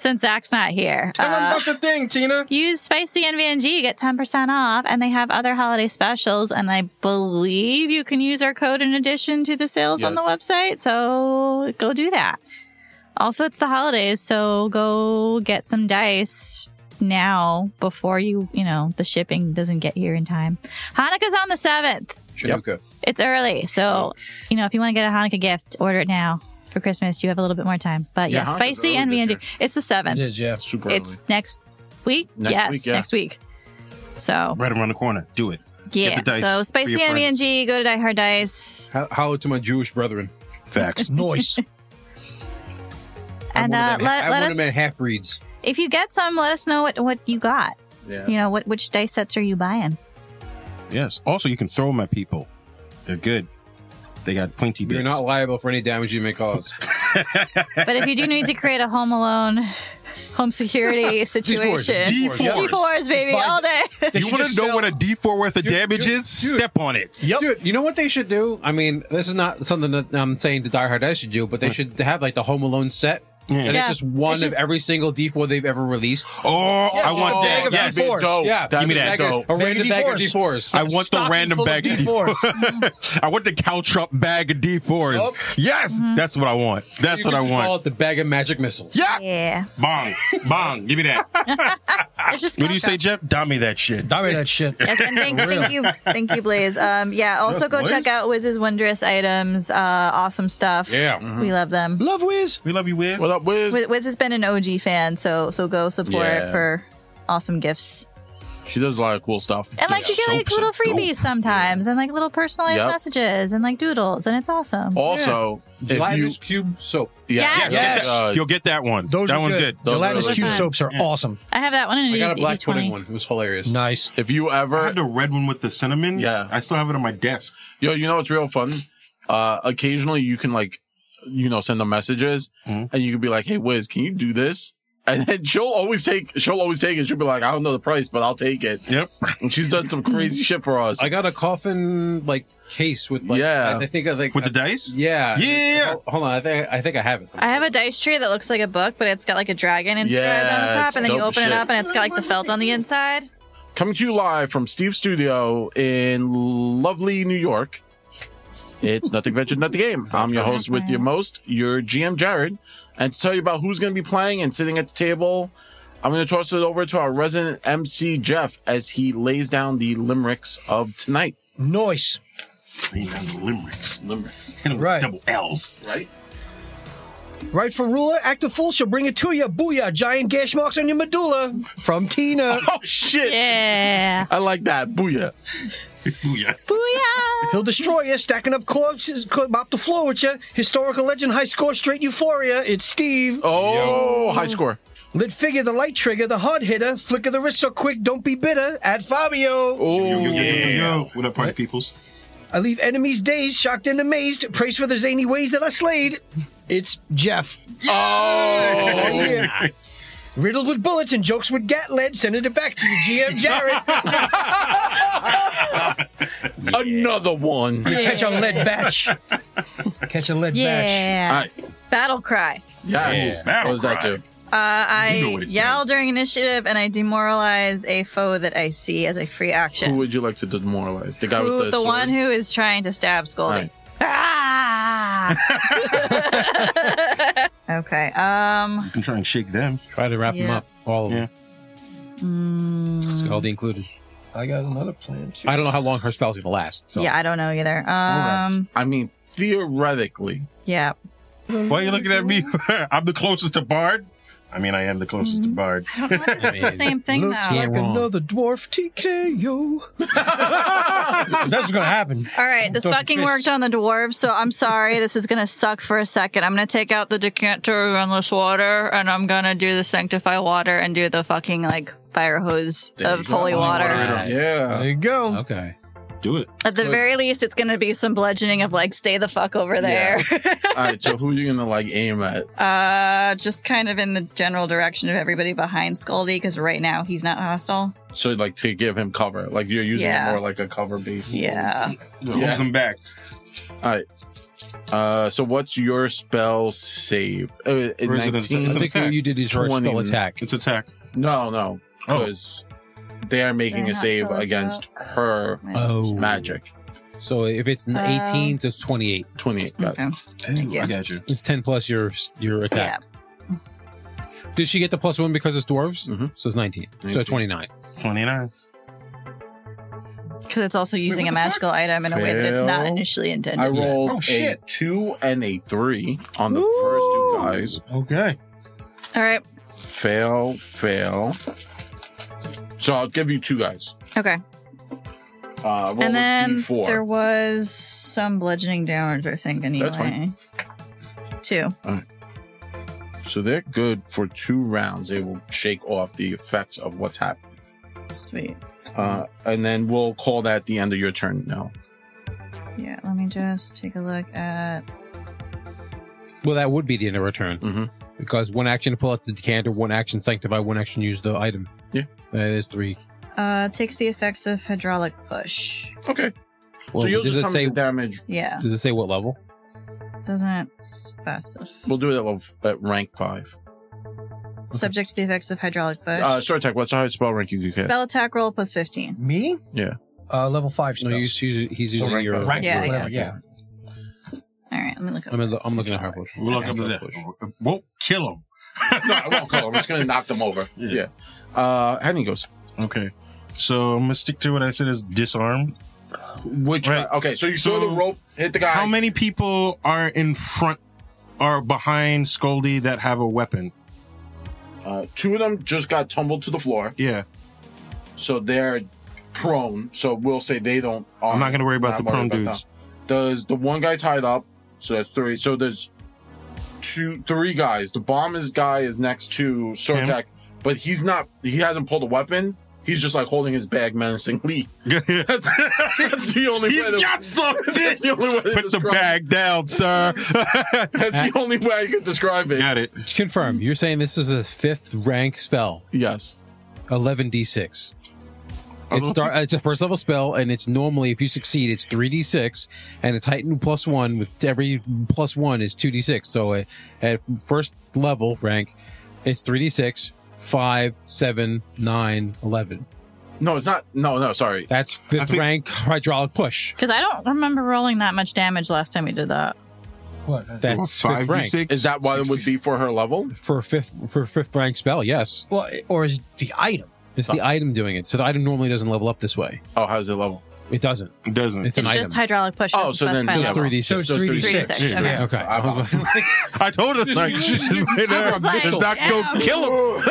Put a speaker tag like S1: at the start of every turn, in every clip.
S1: since Zach's not here.
S2: Tell them
S1: Uh,
S2: about the thing, Tina.
S1: use spicy NVNG, you get 10% off, and they have other holiday specials. And I believe you can use our code in addition to the sales on the
S2: Yes.
S1: website. So go do that. Also, it's the holidays, so go get some dice now before you, you know, the shipping doesn't get here in time. Hanukkah's on the 7th.
S2: Chinooka.
S1: It's early. So, you know, if you want to get a Hanukkah gift, order it now for Christmas. You have a little bit more time. But
S2: Yeah,
S1: yeah,
S2: Hanukkah's
S1: spicy
S2: early this
S1: NVNG.
S2: year.
S1: It's the 7th.
S3: It is, yeah.
S2: Super
S1: It's next week.
S2: Next
S1: yes,
S2: week, yeah.
S1: next week. So
S4: Right around the corner. Do it.
S1: yeah.
S4: the dice
S1: So
S4: for
S1: spicy
S4: your
S1: and
S4: friends.
S1: BNG. Go to Die Hard Dice,
S2: early. Ho- Holler to my Jewish brethren.
S4: Facts.
S3: Noise.
S1: and
S2: I
S1: uh,
S2: want them,
S1: let,
S2: I
S1: let
S2: want
S1: us.
S2: them at half breeds.
S1: If you get some, let us know what what you got.
S2: Yeah.
S1: You know what which dice sets are you buying?
S4: yes. Also, you can throw them at people. They're good. They got pointy bits.
S2: You're not liable for any damage you may cause.
S1: But if you do need to create a Home Alone, home security situation,
S4: D4s.
S3: D4s.
S1: D4s baby
S3: buy
S1: all day.
S3: They
S4: You
S3: should
S4: want to
S3: just
S4: know
S3: sell-
S4: what a D4 worth of
S2: Dude,
S4: damage
S2: dude,
S4: is?
S2: dude.
S4: Step on it.
S3: Yep.
S2: Dude, you know what they should do? I mean, this is not something that I'm saying to Die Hard I should do, but they should have like the Home Alone set. And
S1: Yeah.
S2: it's just one
S1: It's just-
S2: of every single D4 they've ever released.
S4: Oh,
S3: Yeah,
S4: I want
S3: oh,
S4: that.
S3: bag of
S4: Yes.
S3: D4s.
S4: Dope.
S2: Yeah,
S4: Give me that.
S2: Bag of-
S4: Go.
S2: A random bag of D4s.
S4: I want the
S3: Stocking
S4: random
S3: full of
S4: bag of
S3: D4s.
S4: D4s. I want the Caltrop bag of D4s.
S3: Yup.
S4: Yes, that's what I want. That's
S2: You could
S4: what I
S2: just Call
S4: want.
S2: it the bag of magic missiles.
S4: Yeah.
S1: Yeah,
S4: Bong. Bong. Give me that. what
S1: it's just
S4: do you say, Jeff? Dummy that shit.
S3: Dominate that shit.
S1: Yes, and thank,
S3: For real.
S1: thank you, thank you, Blaze. Um, yeah. Also, go
S4: Blaze?
S1: check out Wiz's Wondrous Items. Uh, awesome stuff.
S2: Yeah.
S4: Mm-hmm.
S1: we love them.
S3: Love Wiz.
S4: We love you, Wiz.
S5: What up, Wiz?
S1: Wiz, Wiz has been an OG fan, so so go support
S5: Yeah.
S1: for awesome gifts.
S5: She does a lot of cool stuff.
S1: And like you get like
S4: soaps
S1: little
S4: are dope.
S1: freebies sometimes, and like little personalized
S5: Yep. Oh.
S1: messages, and like doodles, and it's awesome.
S5: Also, if you,
S2: Gelatinous cube soap.
S5: yeah,
S1: Yes.
S3: Yes.
S5: uh,
S4: You'll get that one.
S3: Those
S4: that
S3: are
S4: one's
S3: good.
S4: good.
S5: Those
S3: Gelatinous
S5: are
S3: cube
S1: good.
S3: soaps are awesome.
S1: I have that one in
S2: I
S1: a E
S2: got a black pudding
S1: D20.
S2: one. It was hilarious.
S3: Nice.
S5: if you
S4: I
S5: ever,
S4: had the red one with the cinnamon.
S5: Yeah.
S4: I still have it on my desk.
S5: yo, you know, it's real fun. Uh, occasionally you can like, you know, send them messages
S4: Mhm.
S5: and you can be like, Hey, Wiz, can you do this? And then she'll always take, she'll always take it. She'll be like, I don't know the price, but I'll take it.
S4: Yep.
S5: And she's done some crazy shit for us.
S2: I got a coffin like case with like
S5: Yeah.
S2: I, I think I think
S4: With the dice?
S2: yeah
S4: Yeah.
S2: Hold- Hold on, I think I think I have it.
S1: I have a dice tree that looks like a book, but it's got like a dragon inscribed on
S5: Yeah,
S1: the top,
S5: it's
S1: and then you
S5: dope as
S1: open it
S5: shit.
S1: up, and it's got like the felt on the inside.
S5: Coming to you live from Steve's studio in lovely New York. It's Nothing Ventured, Nothing Game. I'm your host with your most, your GM Jared. And to tell you about who's going to be playing and sitting at the table, I'm going to toss it over to our resident MC Jeff as he lays down the limericks of tonight.
S3: Noise.
S4: Bring down the limericks.
S5: Limericks,
S4: Hit 'em with
S3: Right.
S4: Double L's.
S5: right?
S3: Right for ruler, act a fool, she'll bring it to you. Booyah, giant gash marks on your medulla. From Tina.
S5: Oh, shit.
S1: Yeah.
S5: I like that. Booyah.
S4: Booyah.
S1: Booyah!
S3: He'll destroy you, stacking up corpses, co- mop the floor with you. Historical legend, high score, straight euphoria. It's Steve.
S5: Oh, high score.
S3: Lit figure, the light trigger, the hard hitter. Flick of the wrist so quick, don't be bitter. At Fabio.
S5: Oh,
S4: Yo, yo, yo, yo, yo. What up, party peoples?
S3: I leave enemies dazed, shocked and amazed. Praise for the zany ways that I slayed. It's Jeff.
S5: Oh.
S3: Right here. Riddled with bullets and jokes with gat lead, sending it back to you, GM Jarrett.
S5: another one. All
S3: Catch a lead batch. Catch a lead batch.
S1: Yeah.
S5: right.
S1: Battle cry.
S5: Yes.
S4: Yeah.
S5: What does that
S4: Battle
S5: do?
S1: Uh, I
S4: You know what it
S1: yell
S4: does.
S1: during initiative and I demoralize a foe that I see as a free action.
S5: Who would you like to demoralize? The guy
S1: Who-
S5: with the,
S1: the
S5: sword?
S1: one who is trying to stab Scoldy.
S5: Right.
S1: Ah! okay. Um.
S4: You can try and shake them.
S2: Try to wrap
S1: them Yeah. up,
S2: all
S4: of them.
S1: mm,
S2: Scaldi included.
S3: I got another plan too.
S2: I don't know how long her spell's gonna last. So.
S1: Yeah, I don't know either. Um.
S5: I mean, theoretically,
S1: Yeah.
S4: Why are you looking at me? I'm the closest to Bard. I mean, I am the closest to Bard.
S1: I don't know if it's the same thing though.
S3: Looks like
S2: wrong.
S3: another dwarf TKO. That's what's gonna happen.
S1: All right, this
S3: Those
S1: fucking
S3: fists.
S1: worked on the dwarves, so I'm sorry. This is gonna suck for a second. I'm gonna take out the decanter of endless water, and I'm gonna do the sanctify water and do the fucking like fire hose of holy water.
S2: water.
S5: yeah.
S3: There you go.
S2: Okay.
S4: Do it.
S1: At the very least, it's gonna be some bludgeoning of like, stay the fuck over there.
S5: All right, so who are you gonna like aim at?
S1: uh, just kind of in the general direction of everybody behind Scully, because right now he's not hostile.
S5: So like to give him cover, like you're using
S1: Yeah.
S5: it more like a cover base.
S1: Yeah.
S4: Hold them back.
S5: All right, Uh, so what's your spell save? Uh,
S4: Or is it a-
S5: 19?
S2: I
S4: It's an
S2: think
S4: attack.
S2: you did is your
S5: 20.
S2: spell attack.
S4: It's attack.
S5: No, no,
S4: Oh.
S5: because they are making
S1: They're
S5: a
S1: not
S5: save
S1: close
S5: against her
S2: Oh,
S5: magic.
S2: So if it's an
S1: Uh,
S2: 18 to 28,
S5: 28. Got it.
S1: Okay. Thank you.
S4: I got you.
S2: it's 10 plus your your attack. Did she get the plus one because it's dwarves?
S4: Mm-hmm.
S5: Mhm.
S2: So it's 19. So
S5: 19.
S2: 29.
S4: 29.
S1: Because it's also using a magical item in a way that it's not initially intended.
S5: I rolled
S4: Oh,
S5: a
S4: shit.
S5: two and a three on the
S1: Ooh.
S5: first two
S4: Okay.
S1: All right.
S5: guys. Fail, fail. So I'll give you two guys.
S1: Okay.
S5: Uh, roll
S1: and then
S5: a d4.
S1: there was some bludgeoning damage, I think, anyway.
S5: That's fine.
S1: Two.
S5: So they're good for two rounds. They will shake off the effects of what's happened.
S1: Sweet.
S5: Uh, and then we'll call that the end of your turn now.
S1: Yeah, let me just take a look at.
S2: Well, that would be the end of her turn.
S5: Mhm.
S2: Because one action to pull out the decanter, one action sanctify, one action use the item.
S5: Yeah.
S2: That is three.
S1: Uh, takes the effects of hydraulic push.
S5: Okay.
S2: Well,
S5: so you'll
S2: does
S5: just
S2: it
S5: tell
S2: say
S5: me the damage.
S1: Yeah,
S2: does it say what level?
S1: doesn't specify.
S5: We'll do it at, level, at rank five.
S1: Subject to the effects of hydraulic push.
S5: Uh, short attack. What's the highest spell rank you could cast?
S1: Spell attack roll plus 15.
S3: Me?
S5: Yeah.
S3: Uh, level five
S2: No,
S3: spells.
S2: he's, he's, he's using
S5: rank
S2: your.
S5: five.
S4: Rank
S1: Yeah,
S3: Whatever, yeah.
S1: All right, let me look up.
S2: I'm, in the, I'm looking at her push.
S4: We'll look up to
S2: Her
S4: that.
S2: push.
S4: Won't kill him.
S5: no, I won't call him. I'm just going to knock them over.
S4: Yeah.
S5: Yeah. Uh, Henny goes.
S4: Okay. So I'm gonna stick to what I said is disarm.
S5: Which
S4: Right.
S5: guy? Okay, so you saw
S4: So-
S5: the rope hit the guy.
S4: How many people are in front or behind Scoldy that have a weapon?
S5: Uh, two of them just got tumbled to the floor,
S4: Yeah.
S5: so they're prone. So we'll say they don't.
S4: I'm not gonna worry about
S5: Not
S4: the prone
S5: worried about
S4: dudes.
S5: that. Does the one guy tied up? So that's three. So there's two, three guys. The bomber's guy is next to Sortak, but he's not. He hasn't pulled a weapon. He's just like holding his bag menacingly. That's, that's the only. way
S4: He's
S5: to-
S4: got something.
S5: That's the only way to
S4: Put the
S5: describe-
S4: bag down, sir.
S5: That's the only way I could describe it.
S4: got it.
S2: Confirm. You're saying this is a fifth rank spell.
S5: Yes.
S2: 11d6.
S4: Uh-huh.
S2: It
S3: Oh.
S2: start, it's a first level spell, and it's normally, if you succeed, it's 3d6, and it's heightened plus one, with every plus one is 2d6. So uh, at first level rank, it's 3d6, 5, 7, 9, 11.
S5: No, it's not. No, no. Sorry.
S2: That's fifth
S4: think-
S2: rank hydraulic push.
S1: Because I don't remember rolling that much damage last time we did that.
S3: What?
S2: That's fifth rank.
S4: D6,
S5: Is that what it would be for her level?
S2: For a fifth for a fifth rank spell, yes.
S3: Well, or is the item?
S2: It's the item doing it. So the item normally doesn't level up this way.
S5: Oh, how's it level?
S2: It doesn't.
S4: It doesn't.
S2: It's, an
S1: it's
S2: item.
S1: just hydraulic push.
S5: Oh,
S1: doesn't
S5: so then
S1: specify
S5: yeah,
S1: level.
S2: it's 3d6.
S3: So it's 3d6.
S1: 3d6. Okay.
S4: Yeah.
S2: Okay.
S5: I apologize.
S4: I told him like,
S1: I was like,
S4: it's not gonna
S1: yeah.
S4: kill him.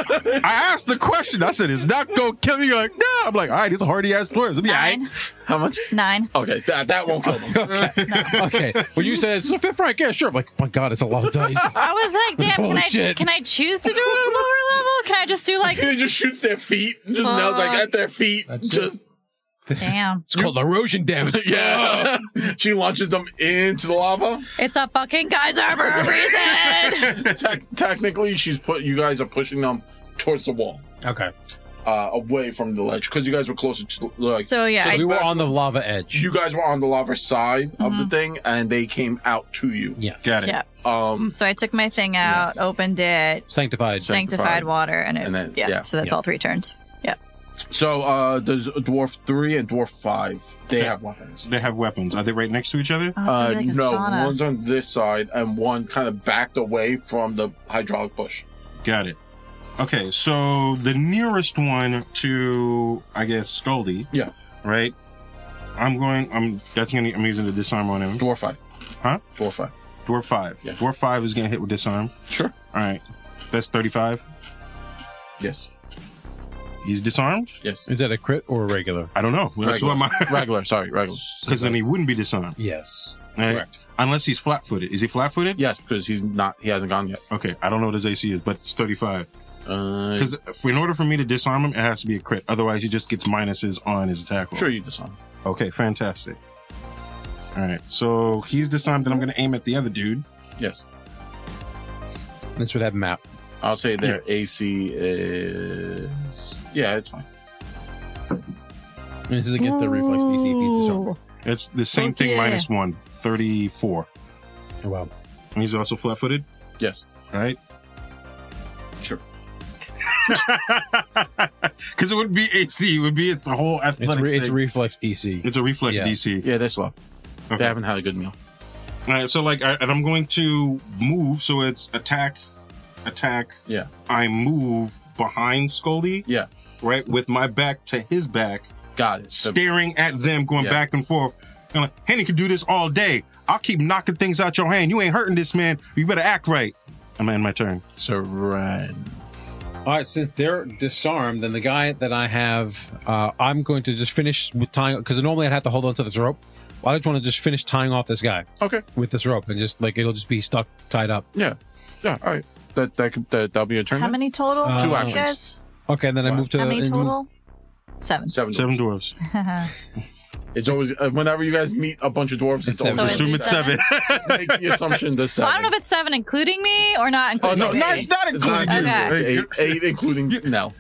S4: I asked the question. I said, it's not gonna kill me. You're like, no. I'm like, all right, it's a hardy ass player. It'll be all right.
S1: Nine.
S5: How much?
S1: Nine.
S5: Okay, that, that won't kill them.
S2: okay. When you said it's a fifth rank, yeah, sure. I'm like, "Oh my God, it's a lot of dice.
S1: I was like, damn,
S2: Holy
S1: can I,
S2: shit.
S1: can I choose to do it at a lower level? Can I just do like,
S5: it just shoots their feet. Just now it's like
S1: Fuck.
S5: at their feet.
S3: That's
S5: just
S1: damn.
S2: It's called erosion damage.
S5: yeah. she launches them into the lava.
S1: It's a fucking geyser for a reason.
S5: Tec technically, she's put. You guys are pushing them towards the wall,
S2: Okay.
S5: uh, away from the ledge, because you guys were closer to the like.
S1: so yeah,
S5: So
S1: I,
S2: we were on the lava edge.
S5: you guys were on the lava side of
S1: Mm-hmm.
S5: the thing, and they came out to you.
S4: Got it.
S1: Yeah.
S5: Um,
S1: so I took my thing out, opened it, sanctified,
S2: Sanctified.
S5: Sanctified.
S1: water, and it.
S5: And then-
S1: yeah,
S5: yeah.
S1: So that's
S2: Yeah.
S1: all three turns. Oh,
S5: so uh, there's a dwarf three and dwarf five. They have weapons.
S4: They have weapons. Are they right next to each other?
S1: Oh, it's
S5: Uh,
S1: gonna be like a
S5: no,
S1: sauna.
S5: one's on this side, and one kind of backed away from the hydraulic push.
S4: Got it. Okay, so the nearest one to, I guess, Scully.
S5: Yeah.
S4: Right. I'm going. I'm. That's gonna. I'm using the disarm on him.
S5: Dwarf five.
S4: Huh?
S5: Dwarf five.
S4: Dwarf five.
S5: Yeah.
S4: Dwarf five is gonna hit with disarm.
S5: Sure.
S4: All right. That's thirty-five.
S5: Yes.
S4: He's disarmed.
S5: Yes.
S2: Is that a crit or a regular?
S4: I don't know. That's what my.
S5: regular. Sorry, regular.
S4: Because then he wouldn't be disarmed.
S2: Yes.
S4: right?
S2: Correct.
S4: Unless he's flat-footed. Is he flat-footed?
S5: Yes, because he's not. He hasn't gone yet.
S4: Okay, I don't know what his AC is, but it's 35.
S5: Uh,
S4: Because in order for me to disarm him, it has to be a crit. Otherwise, he just gets minuses on his attack roll.
S5: sure, you disarm.
S4: Okay, fantastic. All right, so he's disarmed, and I'm going to aim at the other dude.
S5: Yes.
S2: This would have map.
S5: I'll say their AC is. Yeah, it's fine.
S2: And Oh. this is against the reflex DC. if he's disarmed.
S1: Ooh.
S4: It's the same
S1: Okay.
S4: thing minus one, 34.
S2: Oh, Wow.
S4: And he's also flat footed,
S5: Yes.
S4: right?
S5: Sure.
S4: Because it wouldn't be AC, it would be it's a whole
S2: It's,
S4: athletic
S2: re- it's
S4: thing.
S2: reflex DC.
S4: It's a reflex
S2: Yeah.
S4: DC.
S5: Yeah, they're slow.
S4: Okay.
S5: They haven't had a good meal.
S4: All right, so like, I, and I'm going to move, so it's attack, attack.
S5: Yeah.
S4: I move behind Scully.
S5: Yeah.
S4: Right with my back to his back,
S5: Got it. So-
S4: staring at them, going
S5: Yeah.
S4: back and forth. And like, Henny can do this all day. I'll keep knocking things out your hand. You ain't hurting this man. You better act right. I'm gonna end my turn.
S5: Saran.
S2: All right, since they're disarmed, then the guy that I have, uh, I'm going to just finish with tying because normally I'd have to hold on to this rope. I just want to just finish tying off this guy
S5: Okay.
S2: with this rope and just like it'll just be stuck tied up.
S5: Yeah. All right. That that could that, that'll be your turn.
S1: How
S5: then?
S1: many total?
S2: Uh, Two
S1: you
S5: actions.
S1: guys?
S2: Okay, and then I
S5: Wow.
S2: move to
S1: How many
S2: and move-
S1: total? Seven.
S5: Seven.
S4: Seven dwarves.
S5: It's always uh, whenever you guys meet a bunch of dwarves, it's
S2: It's
S5: always
S2: seven.
S1: So
S4: Assume it's seven.
S5: make the assumption the
S1: Well,
S5: seven.
S1: I don't know if it's seven including me or not
S5: Oh
S1: including
S5: no,
S1: me.
S5: no,
S4: it's not
S5: It's not
S4: including
S5: including
S1: you.
S5: you.
S4: Okay.
S5: It's eight, eight including no.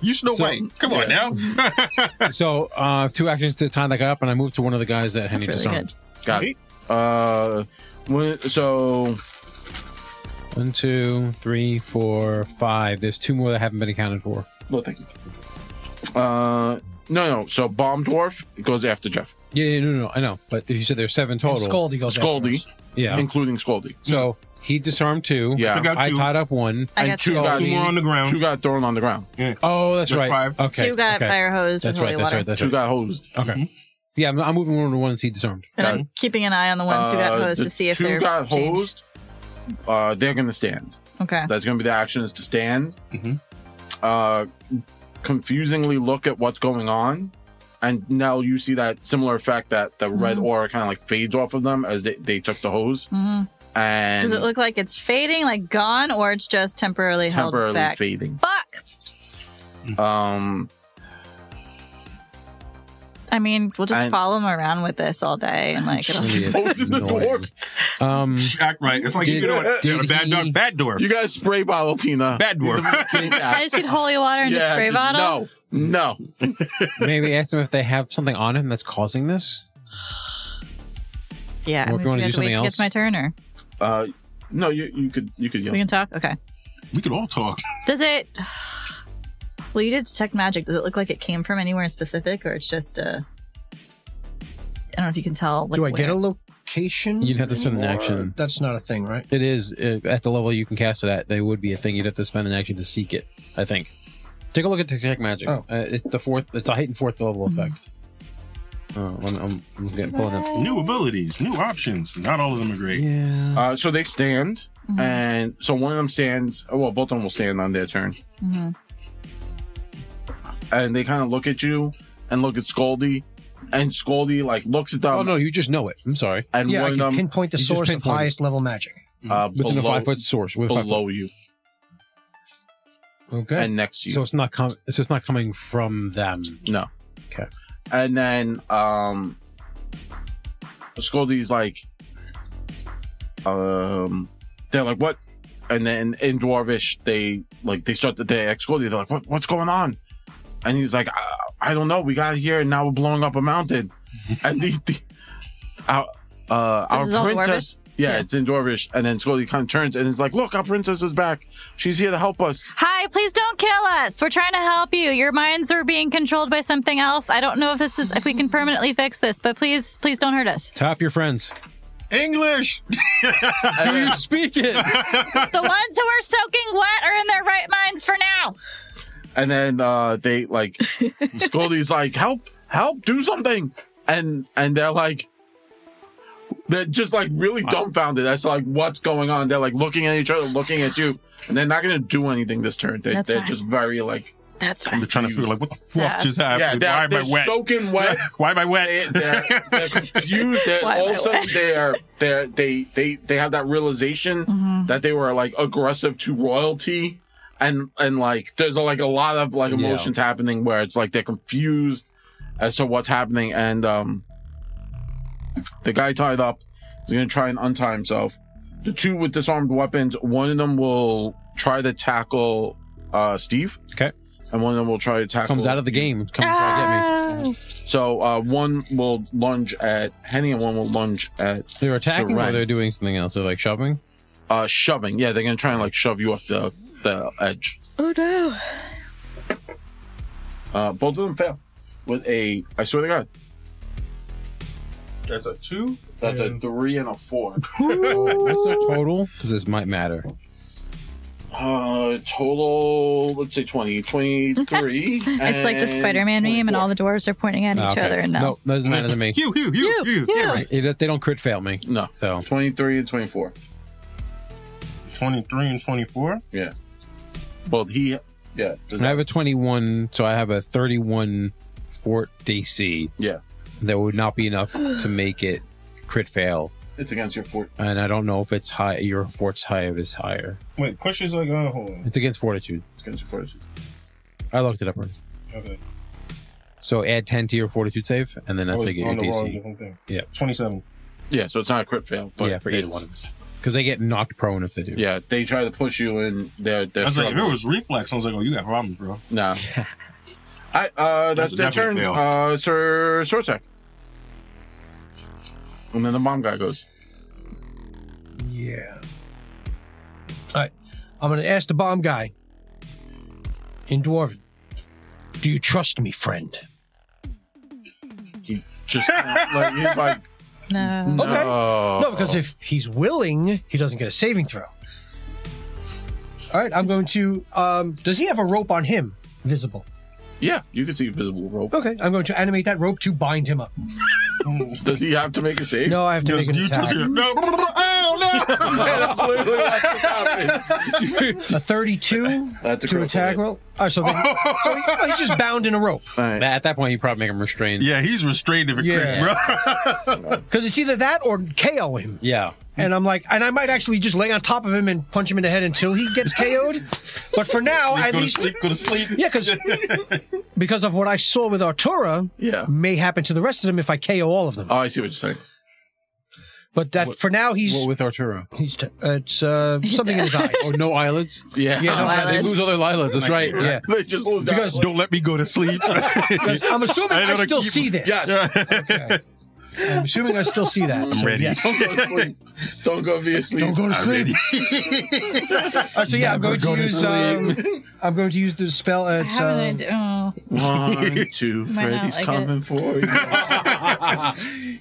S4: You Snow
S2: So-
S4: White. Come on
S5: yeah.
S4: now.
S2: So uh, two actions to tie that guy up, and I move to one of the guys that Henny
S1: That's really
S2: disarmed.
S1: good.
S5: Got it. Uh, when, so
S2: One, two, three, four, five. There's two more that haven't been accounted for.
S5: well, thank you. Uh, no, no. So bomb dwarf goes after Jeff,
S2: Yeah, yeah, no, no, no, I know. But if you said there's seven
S3: And
S2: total,
S3: Scaldy goes
S5: Scaldy.
S3: afterwards.
S2: yeah.
S5: including Scaldy.
S2: So he disarmed two.
S5: Yeah.
S4: I got
S2: I
S4: two.
S2: tied up one.
S1: I
S5: And
S1: got
S5: two
S1: two.
S5: guys-
S4: Two more on the ground.
S5: Two got thrown on the ground.
S2: Oh, that's
S4: There's
S2: right.
S4: five.
S2: Okay,
S1: Two got
S2: okay.
S1: fire hose with
S2: That's
S1: holy
S2: right. That's
S1: water.
S2: right. That's
S5: Two
S2: right.
S5: got hosed.
S2: Okay.
S4: Mhm.
S2: Yeah, I'm, I'm moving one to one and see disarmed.
S1: And
S5: Got
S1: I'm keeping an eye on the ones who got
S5: Uh,
S1: hosed
S5: the
S1: to see if
S5: two
S1: they're
S5: got
S1: changed.
S5: hosed. Uh, they're gonna stand.
S1: Okay.
S5: That's gonna be the action is to stand.
S4: Mhm.
S5: Uh, confusingly look at what's going on, and now you see that similar effect that the red
S1: Mhm.
S5: aura kind of like fades off of them as they, they took the hose,
S1: Mhm.
S5: and
S1: Does it look like it's fading, like gone, or it's just temporarily, held
S5: temporarily
S1: back?
S5: fading.
S1: Fuck!
S5: Um,
S1: I mean, we'll just
S5: I'm-
S1: follow him around with this all day and like. It'll...
S2: Idiot.
S5: Hosing the
S2: Annoying.
S5: dwarves.
S2: Um,
S4: Act right. It's like
S2: Did-
S4: you know what?
S2: did
S4: a bad
S2: he-
S4: dog, bad dwarf.
S5: you guys spray bottle Tina.
S4: Bad
S5: These
S4: dwarf.
S5: are the kids
S1: I
S5: act.
S1: just need holy water in a
S5: Yeah,
S1: spray
S5: d-
S1: bottle.
S5: No, no.
S2: maybe ask them if they have something on him that's causing this.
S1: Yeah, I mean,
S2: Well, if
S1: we
S2: you wanna do
S1: have to wait
S2: something
S1: to get
S2: else.
S1: to my turn, or
S5: Uh, no. You you could you could yell.
S1: we can talk. Okay.
S4: we could all talk.
S1: Does it? Well, you did detect magic. Does it look like it came from anywhere in specific, or it's just a? I don't know if you can tell. Like,
S3: Do I get
S1: where-
S3: a location?
S2: You'd have to spend an
S3: Or-
S2: action.
S3: That's not a thing, right?
S2: It is uh, at the level you can cast it at. They would be a thing. You'd have to spend an action to seek it. I think. Take a look at detect magic.
S3: Oh.
S2: Uh, it's the fourth. It's a heightened fourth level
S1: Mhm.
S2: effect. Oh, I'm, I'm, I'm getting pulling up.
S4: New abilities, new options. Not all of them are great.
S2: Yeah.
S5: Uh, so they stand,
S1: Mhm.
S5: and so one of them stands. oh, Well, both of them will stand on their turn,
S1: Mhm.
S5: and they kind of look at you and look at Scaldy, and Scaldy like looks at them,
S2: oh no, you just know it. I'm sorry.
S5: and um,
S3: yeah, I
S5: one
S3: can
S5: of them
S3: pinpoint the
S2: you just
S3: source of
S2: pinpoint it.
S3: highest level magic.
S5: uh,
S2: Within a
S5: below,
S2: five foot source. With five foot.
S5: below you
S3: Okay.
S5: and next to you.
S2: So it's not com- So it's not coming from them.
S5: no,
S2: Okay.
S5: And then um, Scaldy's like, um, they're like, what? And then in Dwarvish, they like they start to they ask Scaldy, they're like, what, what's going on? And he's like, I, I don't know. We got here and now we're blowing up a mountain. and the, the our uh,
S1: So this is all
S5: our princess, yeah,
S1: Yeah.
S5: it's in Dwarvish. And then Scaldy kind of turns and is like, look, our princess is back. She's here to help us.
S1: Hi, please don't kill us. We're trying to help you. Your minds are being controlled by something else. I don't know if this is if we can permanently fix this, but please, please don't hurt us.
S2: Tap your friends.
S4: English.
S2: Do you speak it?
S1: the ones who are soaking wet are in their right minds for now.
S5: And then uh they like Scully's like, help, help, do something. And and they're like they're just like really dumbfounded. That's like what's going on. They're like looking at each other, looking at you, and they're not gonna do anything this turn. They,
S1: That's
S5: they're
S1: fine.
S5: just very like
S1: That's fine.
S4: I'm trying to figure like what the fuck
S1: Yeah.
S4: just
S5: yeah.
S4: happened.
S5: They're,
S4: Why am
S5: they're
S4: I wet?
S5: soaking wet.
S4: Why am I
S5: They-
S4: wet?
S5: They're, they're confused. They're,
S1: Why am
S5: all
S1: I
S5: of a sudden
S1: wet?
S5: they're they're they they they have that realization
S1: Mhm.
S5: that they were like aggressive to royalty and and like there's like a lot of like
S2: Yeah.
S5: emotions happening where it's like they're confused as to what's happening and um the guy tied up is gonna try and untie himself the two with disarmed weapons one of them will try to tackle uh steve
S2: Okay.
S5: and one of them will try to tackle
S2: Comes out of the game. Comes right at me.
S1: Whoa.
S5: So uh, one will lunge at Henny and one will lunge at
S2: They're attacking
S5: Saran.
S2: or they're doing something else. They're like shoving.
S5: uh, shoving. Yeah, they're gonna try and like shove you off the the edge.
S1: Oh no.
S5: Uh, both of them fail with a. I swear to God,
S4: That's a two.
S5: that's a
S4: And-
S5: three and a four.
S2: What's their total? Because this might matter.
S5: Uh, total, let's say 20, 23.
S1: It's like the Spider-Man meme, and all the dwarves are pointing at
S2: Ah,
S1: each
S2: okay.
S1: other, and no.
S2: no, doesn't matter to me.
S4: You, you, you, you. Yeah, right.
S2: It- they don't crit fail me.
S5: No.
S2: So
S5: 23 and 24.
S4: 23 and 24.
S5: Well, he, yeah. does
S2: I
S5: that-
S2: have a 21, so I have a 31 fort DC.
S5: Yeah.
S2: That would not be enough to make it crit fail.
S5: it's against your four.
S2: And I don't know if it's high, your fort's high is higher.
S4: Wait, push is like, oh, hold on.
S2: It's against fortitude.
S5: It's against your four.
S2: I looked it up. earlier.
S4: Okay.
S2: So add 10 to your fortitude save, and then that's
S4: I
S2: how you
S4: was
S2: get
S4: Oh, on
S2: your
S4: the wrong
S2: DC.
S4: different thing.
S2: Yeah.
S4: 27.
S5: Yeah, so it's not a crit fail. But
S2: Yeah, for either
S5: it's-
S2: one of us. Because they get knocked prone if they do.
S5: Yeah, they try to push you and they're, they're
S4: I was like, if it
S5: struggling.
S4: was reflex, I was like, oh, you got problems, bro.
S5: Nah. I, uh,
S4: That's
S5: that's, their turn,
S4: definitely fail.
S5: uh, Sir Sortek. And then the bomb guy goes,
S3: Yeah. All right. I'm going to ask the bomb guy in Dwarven Do you trust me, friend?
S5: just like, he's like,
S1: No.
S5: no.
S3: Okay. No, because if he's willing, he doesn't get a saving throw. All right, I'm going to. Um, does he have a rope on him visible?
S5: yeah, you can see visible rope.
S3: Okay, I'm going to animate that rope to bind him up.
S5: Does he have to make a save?
S3: No, I have to
S4: Yes,
S3: make an
S4: you
S3: attack.
S4: trust your- No, oh, no.
S5: Yeah, that's literally what just happened.
S3: A 32
S5: That's a
S3: to
S5: critical
S3: attack
S5: hit.
S3: roll. Oh, so, then, so he- oh, he's just bound in a rope
S5: All right.
S2: At that point, you probably make them restrained.
S4: Yeah, he's restrained if it
S3: Yeah.
S4: crits, bro.
S3: because it's either that or KO him.
S2: Yeah.
S3: And I'm like, and I might actually just lay on top of him and punch him in the head until he gets KO'd. But for now, at
S4: go to
S3: least
S4: sleep, go to sleep.
S3: yeah, because because of what I saw with Artura
S5: Yeah.
S3: may happen to the rest of them if I KO all of them.
S5: Oh, I see what you're saying.
S3: But that for now he's
S2: Well, with Arturo.
S3: he's t- uh, it's uh, something in his eyes.
S2: Oh, no eyelids?
S5: Yeah.
S3: Yeah, no,
S2: Yeah, they
S1: Eyelids.
S2: lose all their eyelids. That's right.
S3: Yeah.
S5: they just lose that.
S3: Because-
S4: Don't let me go to sleep.
S3: I'm assuming
S4: I
S3: I,
S4: know to
S3: still
S4: keep-
S3: see this.
S5: yes.
S3: I'm assuming I still see that.
S4: I'm ready.
S3: yes.
S5: Don't go to sleep. Don't go be asleep.
S3: Don't go to sleep. Uh, so yeah, I'm
S2: Never
S3: going
S2: go
S3: to
S2: to
S3: use um, I'm going to use the spell.
S1: I
S3: It's
S1: haven't
S3: um,
S1: ad- oh.
S5: One, two,
S1: Might not
S5: Freddy's
S1: like
S5: coming for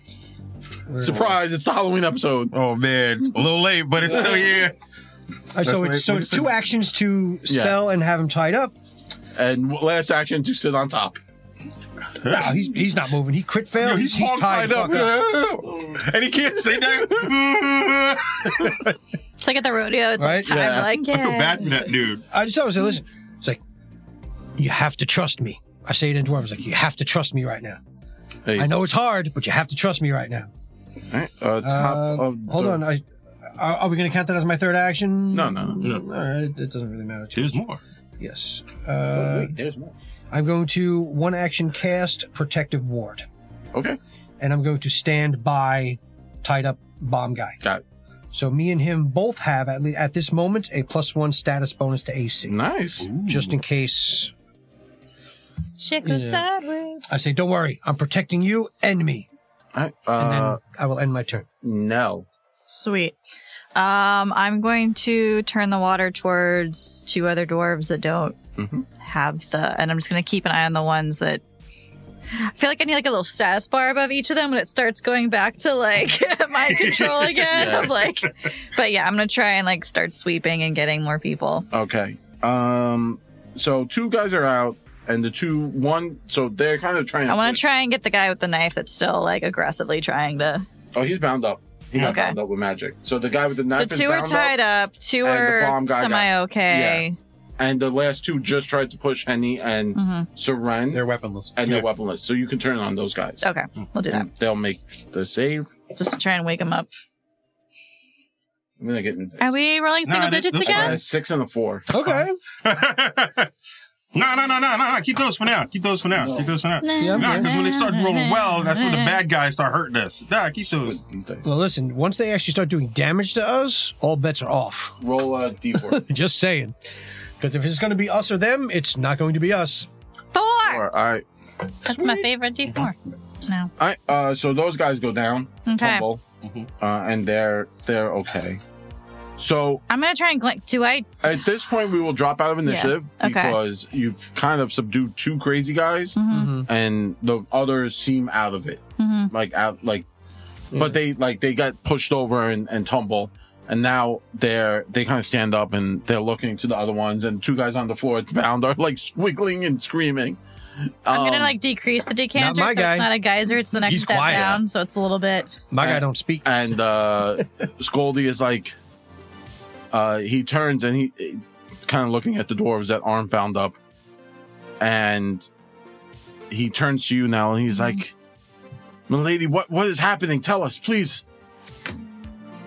S5: you. Surprise! It's the Halloween episode.
S4: oh, man. A little late, but it's still here.
S3: uh,
S4: That's like-
S3: so it's so
S4: what
S3: it's
S4: is it?
S3: two actions to spell and have him tied up.
S5: And last action to sit on top.
S3: No, he's he's not moving. He crit failed.
S4: Yo, he's, all tied, up.
S3: fuck
S4: and he can't say that.
S1: It's like at the rodeo. It's
S3: Right?
S1: like time.
S5: Yeah.
S1: Like
S4: I
S1: yeah.
S4: feel bad for that dude.
S3: I just always say, listen, it's like, you have to trust me. I say it in Dwarven. It's like, you have to trust me right now.
S5: Hey,
S3: I know it's hard, but you have to trust me right now.
S5: all right, uh, top
S3: Uh,
S5: of
S3: Hold
S5: the-
S3: on. I, are, are we going to count that as my third action?
S5: No, no,
S4: no.
S3: All right. It doesn't really matter. to-
S4: There's more.
S3: Yes.
S5: Oh,
S3: Uh,
S5: wait, there's more.
S3: I'm going to one action cast Protective Ward,
S5: Okay.
S3: and I'm going to stand by tied up bomb guy.
S5: Got it.
S3: So me and him both have, at, le- at this moment, a plus one status bonus to AC.
S5: Nice.
S3: Just in case
S1: Shit goes
S3: Yeah.
S1: sideways.
S3: I say, don't worry, I'm protecting you and me.
S5: All right,
S3: And
S5: uh,
S3: then I will end my turn.
S5: Nell.
S1: Sweet. Um, I'm going to turn the water towards two other dwarves that don't
S5: Mhm.
S1: have the, and I'm just going to keep an eye on the ones that. I feel like I need like a little status bar above each of them when it starts going back to like mind control again.
S5: Yeah.
S1: I'm like, but yeah, I'm gonna try and like start sweeping and getting more people.
S5: Okay. Um. So two guys are out, and the two one. So they're kind of trying.
S1: I want to try and get the guy with the knife that's still like aggressively trying to.
S5: Oh, he's bound up. He got
S1: Okay.
S5: bound up with magic. So the guy with the
S1: So
S5: knife is
S1: two are
S5: bound
S1: tied
S5: up,
S1: up, two
S5: and the
S1: are
S5: bomb guy got-
S1: semi okay.
S5: and the last two just tried to push Henny and
S1: Mhm.
S5: Seren,
S2: They're weaponless.
S5: and they're
S4: Yeah.
S5: weaponless. So you can turn on those guys.
S1: Okay, we'll do that
S5: And they'll make the save.
S1: just to try and wake him up.
S5: I'm gonna get in. this.
S1: Are we rolling single
S4: Nah, this-
S1: digits
S4: this-
S5: I got
S1: again?
S5: a six and a four.
S3: Okay.
S4: no, no, no, no, no, no. Keep those for now. Keep those for now. Keep those for now.
S3: Yeah,
S4: Nah, because when they start rolling well, that's when the bad guys start hurting us. Nah, keep those.
S5: With these dice.
S3: Well, listen, once they actually start doing damage to us, all bets are off.
S5: Roll uh, a d4.
S3: Just saying. Because if it's going to be us or them, it's not going to be us.
S1: Four.
S5: Four. All right.
S1: That's my favorite D4. No.
S5: All right. Uh, so those guys go down,
S1: Okay.
S5: tumble,
S4: Mhm.
S5: uh, and they're they're okay. So
S1: I'm gonna try and glint. Do I?
S5: at this point, we will drop out of initiative
S1: okay.
S5: because you've kind of subdued two crazy guys,
S1: Mm-hmm,
S3: Mhm.
S5: and the others seem out of it.
S1: mm-hmm.
S5: like out like
S3: Yeah.
S5: but they like they got pushed over and, and tumble and now they're they kind of stand up and they're looking to the other ones and two guys on the floor bound are like squiggling and screaming
S1: I'm gonna
S5: Um,
S1: like decrease the decanter, so
S3: my guy.
S1: it's not a geyser. It's the next
S3: He's
S1: step
S3: quiet.
S1: down, so it's a little bit.
S3: My guy don't speak.
S5: and uh Scoldy is like uh he turns and he kind of looking at the dwarves that aren't bound up and he turns to you now and he's
S1: Mm-hmm.
S5: like milady what what is happening tell us please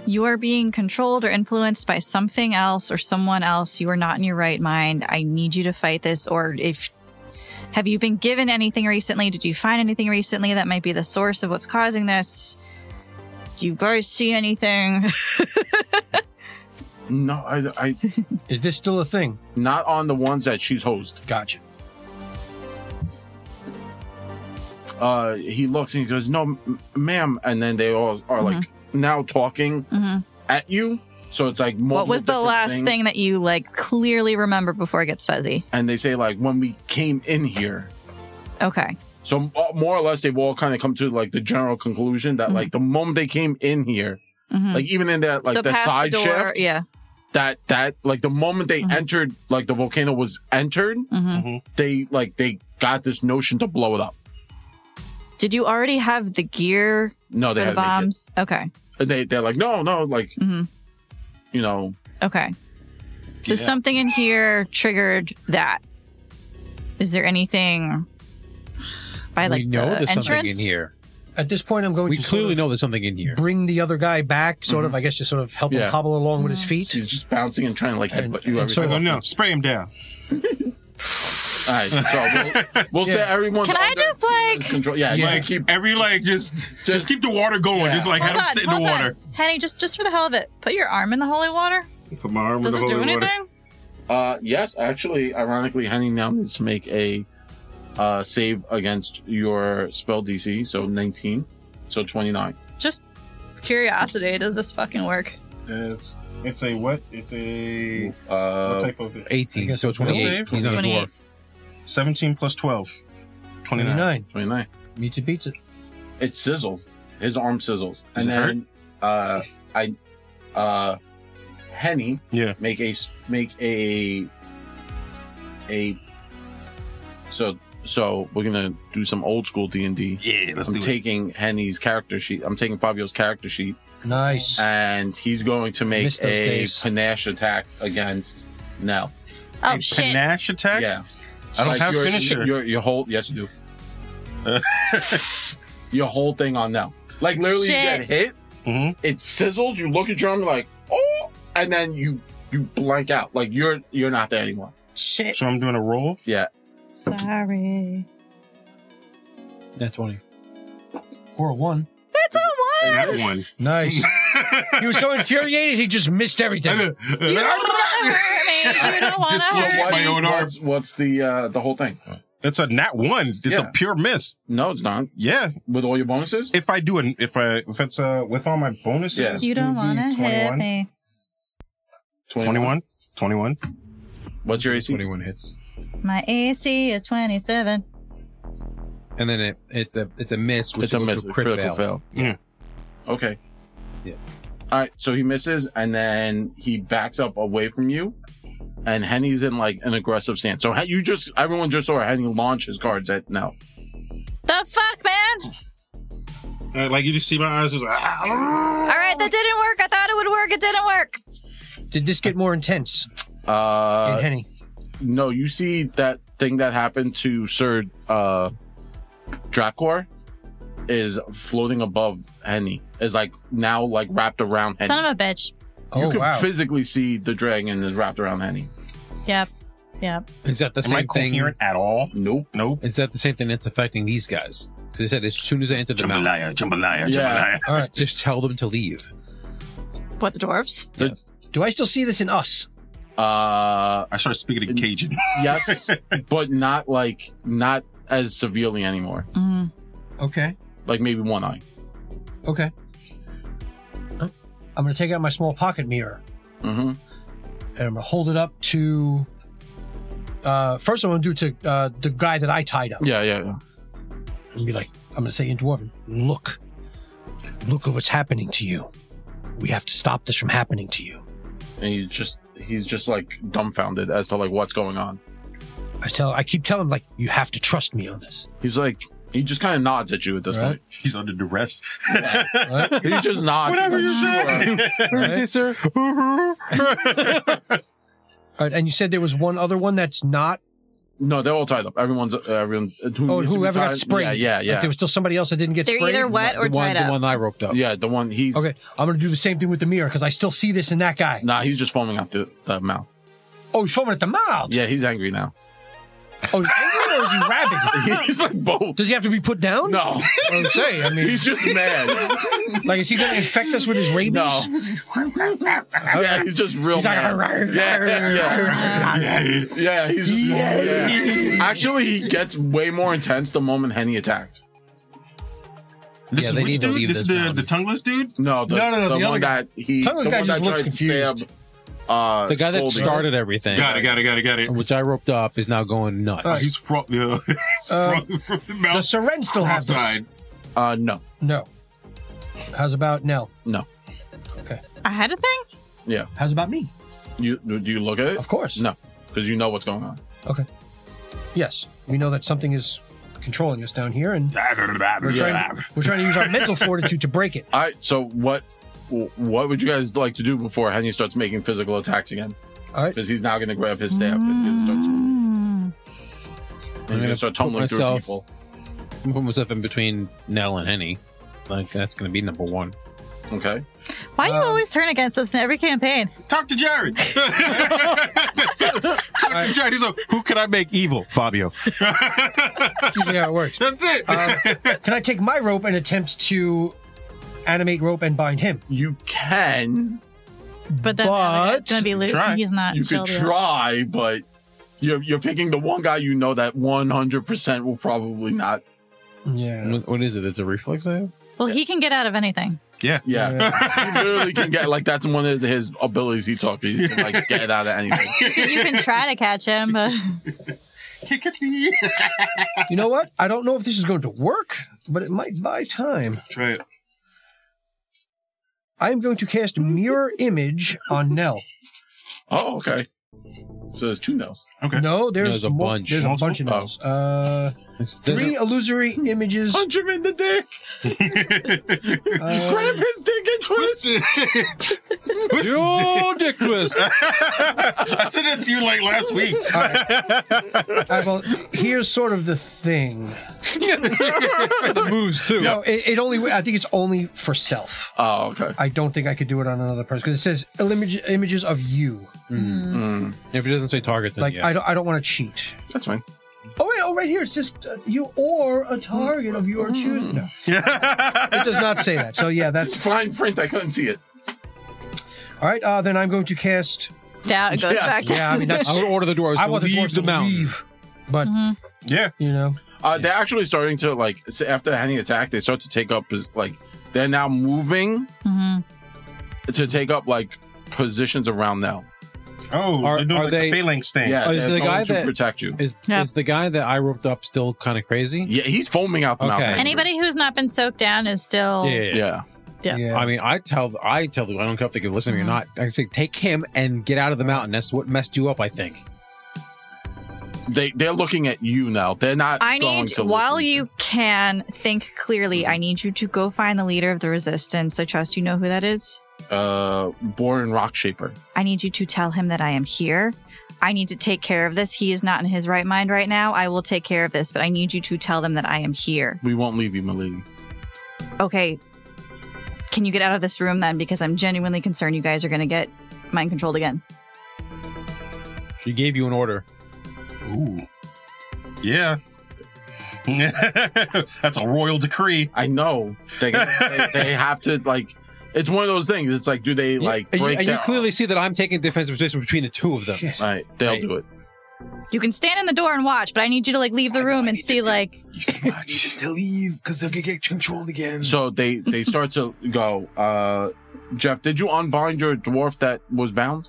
S1: You are being controlled or influenced by something else or someone else. You are not in your right mind. I need you to fight this. Or if have you been given anything recently? Did you find anything recently that might be the source of what's causing this? Do you guys see anything?
S5: no i i
S3: Is this still a thing?
S5: not on the ones that she's hosed.
S3: Gotcha.
S5: Uh, he looks and he goes, "No, m- ma'am." And then they all are like
S1: Mm-hmm.
S5: now talking
S1: Mhm.
S5: at you. So it's like
S1: What
S5: multiple
S1: was the
S5: different
S1: last
S5: things.
S1: thing that you like clearly remember before it gets fuzzy?
S5: And they say like when we came in here.
S1: Okay.
S5: So uh, more or less, they've all kind of come to like the general conclusion that
S1: Mhm.
S5: like the moment they came in here,
S1: Mhm.
S5: like even in that like
S1: so
S5: the
S1: past
S5: side
S1: the door,
S5: shaft,
S1: yeah.
S5: that that like the moment they
S1: Mhm.
S5: entered, like the volcano was entered,
S1: hmm
S5: they like they got this notion to blow it up.
S1: Did you already have the gear
S5: No, they
S1: for the
S5: had to make
S1: bombs? Okay.
S5: it. And They they're like, no, no, like
S1: hmm
S5: you know,
S1: Okay. So
S4: Yeah.
S1: something in here triggered that. Is there anything by like
S2: we know
S1: the
S2: there's
S1: entrance?
S2: something in here.
S3: At this point, I'm going
S2: We
S3: to
S2: clearly
S3: sort
S2: know there's something in here.
S3: of bring the other guy back, sort of. I guess just sort of help
S5: Yeah.
S3: him hobble along with his
S5: Mm-hmm.
S3: feet.
S5: She's just bouncing and trying to like
S3: And-
S5: headbutt you
S3: and
S5: every
S3: so-
S5: time.
S4: Oh, no, spray him down.
S5: All right, so we'll, we'll say
S3: Yeah.
S5: everyone's.
S1: Can I
S5: under
S1: just,
S5: Tina's
S1: like-
S5: control? Yeah, yeah.
S4: Like
S5: keep.
S4: every like just, just
S5: Just-
S4: keep the water going.
S5: yeah.
S4: Just like
S1: Hold
S4: have him
S1: on,
S4: sit in the
S1: hold on.
S4: water.
S1: Henny, just just for the hell of it, put your arm in the holy water.
S4: Put my arm in
S1: Does
S4: the
S1: it do
S4: holy water.
S1: anything?
S5: Uh, yes, actually, ironically, Henning now needs to make a uh, save against your spell DC, so 19, so 29.
S1: Just curiosity. Does this fucking work?
S4: It's, it's a what? It's a
S5: Uh,
S4: type of it?
S2: 18,
S3: guess
S2: so
S3: it's a will
S2: 28.
S4: save.
S2: He's not a
S1: 28.
S2: dwarf.
S4: 17 plus 12. 29.
S3: 29.
S5: 29.
S3: Meets it, beats it.
S5: It sizzles. His arm sizzles,
S4: Does
S5: and
S4: it
S5: then uh, I, uh, Henny,
S4: Yeah.
S5: make a s- make a a. So so we're gonna do some old school D and D.
S4: Yeah, let's
S5: I'm
S4: do
S5: taking Henny's character sheet. I'm taking Fabio's character sheet,
S3: Nice.
S5: and he's going to make
S3: Missed those
S5: a
S3: days.
S5: panache attack against Nell.
S4: it.
S1: Oh
S4: a
S1: shit!
S4: panache attack?
S5: Yeah,
S4: I don't have
S5: your,
S4: finisher.
S5: Your, your whole yes, you do. your whole thing on Nell. Like literally, you
S1: Shit.
S5: get hit.
S4: hmm
S5: It sizzles. You look at your arm, you're like oh, and then you you blank out. Like you're you're not there anymore.
S1: Shit!
S4: So I'm doing a roll.
S5: Yeah.
S1: Sorry.
S2: Nat 20.
S3: Or a one.
S1: That's a one.
S4: That one.
S3: Nice. he was so infuriated, he just missed everything.
S1: You don't wanna hurt me. You don't wanna
S4: Just
S1: hurt
S4: like
S1: me.
S4: my own arm.
S5: what's, what's the uh, the whole thing?
S4: It's a nat one. It's
S5: Yeah.
S4: a pure miss.
S5: No, it's not.
S4: Yeah.
S5: With all your bonuses,
S4: If I do an if I if it's uh with all my bonuses,
S5: Yeah.
S1: You don't
S4: it would be
S1: wanna hit me.
S4: 21. 21.
S5: What's your AC?
S2: 21 hits.
S1: My AC is twenty-seven.
S2: And then it, it's a it's a miss. Which
S5: It's a
S2: goes
S5: miss,
S2: to
S5: a critical
S2: fail.
S5: fail.
S4: Yeah.
S5: Okay.
S2: Yeah.
S5: All right. So he misses, and then he backs up away from you, and Henny's in like an aggressive stance. So Hen- you just everyone just saw Henny launch his cards at now.
S1: The fuck, man!
S4: Uh, like you just see my eyes just ah,
S1: All right, that didn't work. I thought it would work. It didn't work.
S3: Did this get more intense in
S5: Uh,
S3: Henny?
S5: no, you see that thing that happened to Sir uh, Dracor is floating above Henny. Is like now like wrapped around Henny.
S1: Son of a bitch.
S5: you
S3: Oh,
S5: can
S3: wow.
S5: physically see the dragon is wrapped around Henny.
S1: Yep. Yep.
S2: Is that the
S4: Am I
S2: same thing?
S4: coherent at all?
S5: Nope.
S4: Nope.
S2: Is that the same thing that's affecting these guys? 'Cause They said as soon as I enter the mountain,
S4: Jambalaya, jambalaya,
S5: Yeah.
S4: jambalaya.
S3: All right.
S2: just tell them to leave.
S1: What the dwarves?
S3: Do I still see this in us?
S5: Uh
S4: I start speaking in Cajun.
S5: yes, but not like not as severely anymore.
S1: Mm.
S3: Okay.
S5: Like maybe one eye.
S3: Okay. I'm going to take out my small pocket mirror
S5: hmm
S3: and I'm going to hold it up to. Uh, first, I'm going to do it to uh, the guy that I tied up.
S5: Yeah, yeah, yeah.
S3: and be like, I'm going to say in Dwarven, look, look at what's happening to you. We have to stop this from happening to you.
S5: And he's just he's just like dumbfounded as to like what's going on.
S3: I tell, I keep telling him, like, you have to trust me on this.
S5: He's like he just kind of nods at you at this
S3: Right.
S4: He's under duress.
S3: Right?
S5: point. He just nods.
S4: Whatever you
S5: He's like,
S4: say.
S2: Where is it, sir?
S3: All right, and you said there was one other one that's not.
S5: No, they're all tied up. Everyone's everyone's uh, who
S3: Oh,
S5: needs to be
S3: whoever got
S5: tied-
S3: sprayed.
S5: Yeah, yeah,
S3: Like,
S5: yeah.
S3: there was still somebody else that didn't get
S1: They're
S3: sprayed.
S1: either wet or
S2: the one,
S1: tied
S2: the
S1: up.
S2: one I roped up.
S5: yeah, the one he's
S3: Okay, I'm going to do the same thing with the mirror because I still see this in that guy.
S5: Nah, he's just foaming out the, the mouth.
S3: Oh, he's foaming at the mouth.
S5: Yeah, he's angry now.
S3: Oh, he's angry or is he rabid?
S5: he's like both.
S3: Does he have to be put down?
S5: No,
S3: I was gonna say, I mean,
S5: he's just mad.
S3: like, is he going to infect us with his rabies?
S5: No. yeah, he's just real
S3: He's like,
S5: mad. yeah, yeah. Yeah, he's just yeah. Actually, he gets way more intense the moment Henny attacked.
S4: This
S2: Yeah,
S4: is
S2: they
S4: which
S2: need to
S4: dude?
S2: leave
S4: This
S2: this
S4: is the,
S2: mountain.
S4: the tongueless dude?
S5: No, the,
S3: No, no,
S5: the,
S3: no, the
S5: one
S3: other guy-
S5: that he, the
S3: Tongueless
S5: one
S3: guy
S5: that
S3: just looks
S5: tried to
S3: confused.
S5: stab. Uh,
S2: The guy that
S5: Spalding.
S2: started everything,
S4: Got it, got it, got it, got it.
S2: which I roped up, is now going nuts.
S3: All right.
S4: He's from, yeah.
S3: Uh,
S4: from, from the
S3: Does
S4: mouth
S3: Seren still have this?
S4: side.
S5: Uh, no,
S3: No. How's about Nell?
S1: I had a thing.
S3: How's about me?
S5: you do you look at it
S3: Of course.
S5: No. because you know what's going on.
S3: Yes, we know that something is controlling us down here, and we're trying we're trying to use our mental fortitude to break it.
S5: All right, so what what would you guys like to do before Henny starts making physical attacks again?
S3: All right.
S5: because he's now going to grab his staff and start,
S1: Mm.
S5: he's
S2: gonna
S5: going to start
S2: Mm. put
S5: tumbling through
S2: myself-
S5: people.
S2: I'm putting myself in between Nell and Henny. Like that's gonna be number one.
S5: Okay,
S1: Why do you
S3: Um,
S1: always turn against us in every campaign?
S4: Talk to Jared. Talk to Jared. He's like, who can I make evil? Fabio.
S3: That's usually how it works.
S4: That's it.
S3: Um, can I take my rope and attempt to animate rope and bind him?
S5: you can
S1: But then the other guy's
S3: But-
S1: gonna be loose
S4: try.
S1: and he's not
S5: you could
S1: chilled yet.
S5: try, but you're you're picking the one guy you know that one hundred percent will probably not.
S3: Yeah.
S2: What- what is it? It's a reflex save.
S1: Well, he can get out of anything.
S5: Yeah. You literally can get like that's one of his abilities he taught. me. He can like get out of anything.
S1: You can try to catch him, but
S3: You know what? I don't know if this is going to work, but it might buy time.
S4: Try it.
S3: I am going to cast mirror image on Nell.
S5: Oh, okay. So there's two no's.
S4: Okay.
S3: No, there's,
S2: There's a
S3: mul-
S2: bunch.
S3: There's a
S4: Multiple?
S5: Oh.
S3: bunch of Nels. Uh,
S2: It's
S3: three illusory images.
S5: Punch him in the dick.
S3: Uh,
S2: Uh,
S5: Grab his dick and
S4: What's
S5: twist.
S4: it? What's it?
S2: Yo, dick twist.
S4: I said that to you like last week.
S3: All right, well, here's sort of the thing.
S2: the moves too.
S3: No, it, it only. I think it's only for self.
S5: Oh, okay.
S3: I don't think I could do it on another person because it says image, images of you.
S2: Mm.
S5: Mm,
S2: If it doesn't say target, then
S3: Like
S2: yeah.
S3: I don't. I don't want to cheat.
S5: that's fine.
S3: Oh wait. Oh, right here. It's just uh, you or a target of
S5: Mm.
S3: your choosing. No, it does not say that. So yeah,
S5: That's
S3: that's
S5: fine print. I couldn't see it.
S3: all right. Uh, then I'm going to cast.
S1: doubt goes
S5: Yes.
S1: back. to-
S3: Yeah, I mean that's.
S2: I would order the dwarves.
S3: I
S2: to
S3: want the
S2: leave
S3: dwarves to
S2: mountain.
S3: leave, but
S1: Mhm.
S4: yeah.
S3: you know,
S5: Uh, They're actually starting to like s- after Henny attack, they start to take up pos- like they're now moving
S1: Mhm.
S5: to take up like positions around now.
S4: Oh,
S2: Are-
S4: they're doing
S2: are
S4: like
S2: they-
S4: the phalanx thing.
S5: Yeah,
S2: Oh, is
S5: they're
S2: the
S5: going
S2: guy
S5: to
S2: that-
S5: protect you.
S2: Is
S1: Yeah.
S2: is the guy that I roped up still kind of crazy?
S5: Yeah, he's foaming out the mouth.
S2: Okay.
S5: angry.
S1: Anybody who's not been soaked down is still.
S5: Yeah.
S1: Yeah.
S3: yeah.
S2: I mean, I tell, I tell them, I don't care if they can listen to me or
S1: Mhm.
S2: not. I say, take him and get out of the mountain. That's what messed you up, I think.
S5: They they're looking at you now. They're not.
S1: I
S5: going
S1: need
S5: to
S1: while
S5: listen to-
S1: you can think clearly. I need you to go find the leader of the resistance. I trust you know who that is.
S5: uh born rock shaper.
S1: I need you to tell him that I am here. I need to take care of this. He is not in his right mind right now. I will take care of this, but I need you to tell them that I am here.
S5: We won't leave you, Malini.
S1: Okay. Can you get out of this room then? Because I'm genuinely concerned you guys are going to get mind controlled again.
S2: She gave you an order.
S4: Ooh. Yeah. That's a royal decree.
S5: I know they, they they have to like. It's one of those things. It's like, do they like
S2: and you,
S5: break?
S2: and you
S5: their-
S2: clearly see that I'm taking defensive position between the two of them.
S3: Shit.
S5: Right, they'll do it.
S1: You can stand in the door and watch, but I need you to like leave
S6: I
S1: the
S6: know,
S1: room
S6: I
S1: and
S6: need
S1: see
S6: to do-
S1: like
S6: You cannot get to leave because they'll get controlled again.
S5: So they they start to go. Uh, Jeff, did you unbind your dwarf that was bound?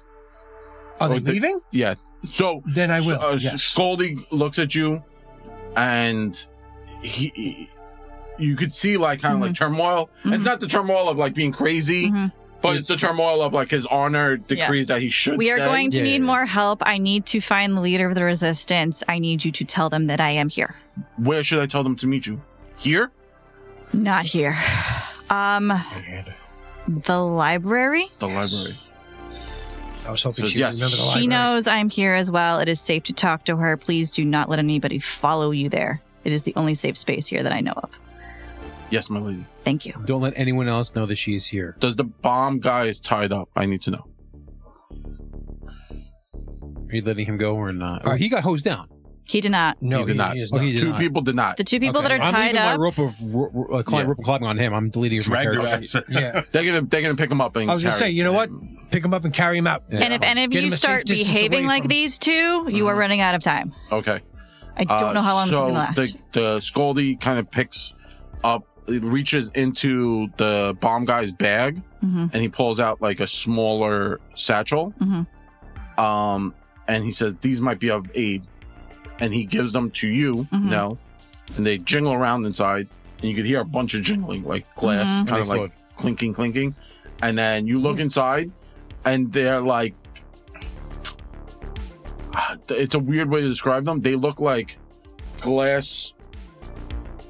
S3: Are
S5: Oh,
S3: they
S5: the-
S3: leaving?
S5: Yeah. So
S3: Then I will.
S5: Uh,
S3: yes.
S5: Scoldy looks at you, and he, he- you could see like kind of like turmoil. It's
S1: Mhm.
S5: not the turmoil of like being crazy,
S1: Mhm.
S5: but it's the turmoil of like his honor decrees that he should.
S1: we are
S5: stay.
S1: going to
S2: Yeah,
S1: need
S2: yeah.
S1: more help. I need to find the leader of the resistance. I need you to tell them that I am here.
S5: Where should I tell them to meet you? Here.
S1: Not here. Um the library?
S5: The library.
S3: I was hoping
S5: Says
S3: she
S5: yes.
S3: remembered the library.
S1: She knows I'm here as well. It is safe to talk to her. Please do not let anybody follow you there. It is the only safe space here that I know of.
S5: Yes, my lady.
S1: Thank you.
S2: Don't let anyone else know that she's here.
S5: Does the bomb guy is tied up? I need to know.
S2: Are you letting him go or not?
S3: All right.
S2: He got hosed down.
S1: He did not.
S3: No,
S5: He did
S3: he,
S5: not.
S3: he is
S2: Oh,
S3: not.
S2: he did
S5: Two
S2: not.
S5: people did not.
S1: The two people that are
S2: Okay, I'm
S1: tied
S2: leaving
S1: up.
S2: my rope of ro- ro- uh, cli-
S5: Yeah.
S2: rope of climbing on him. I'm deleting it from my
S5: Drag your
S2: character.
S5: ass.
S3: yeah,
S5: They're gonna they're gonna pick him up and.
S3: I was gonna
S5: carry
S3: say, you know what?
S5: him.
S3: pick him up and carry him out.
S2: Yeah.
S1: And if any of
S3: Get
S1: you
S3: him a safe
S1: start
S3: distance
S1: behaving
S3: away
S1: like
S3: from-
S1: these two, you are
S5: Mhm.
S1: running out of time.
S5: Okay.
S1: I don't
S5: Uh,
S1: know how long
S5: so
S1: this is gonna last.
S5: The, the Scoldy kind of picks up, it reaches into the bomb guy's bag,
S1: hmm
S5: and he pulls out like a smaller satchel.
S1: Mhm.
S5: Um, and he says, "These might be of aid," and he gives them to you.
S1: Mhm.
S5: No, and they jingle around inside, and you could hear a bunch of jingling, like glass,
S1: Mhm.
S5: kind of like clinking, clinking. And then you look inside, and they're like, Ah, it's a weird way to describe them. They look like glass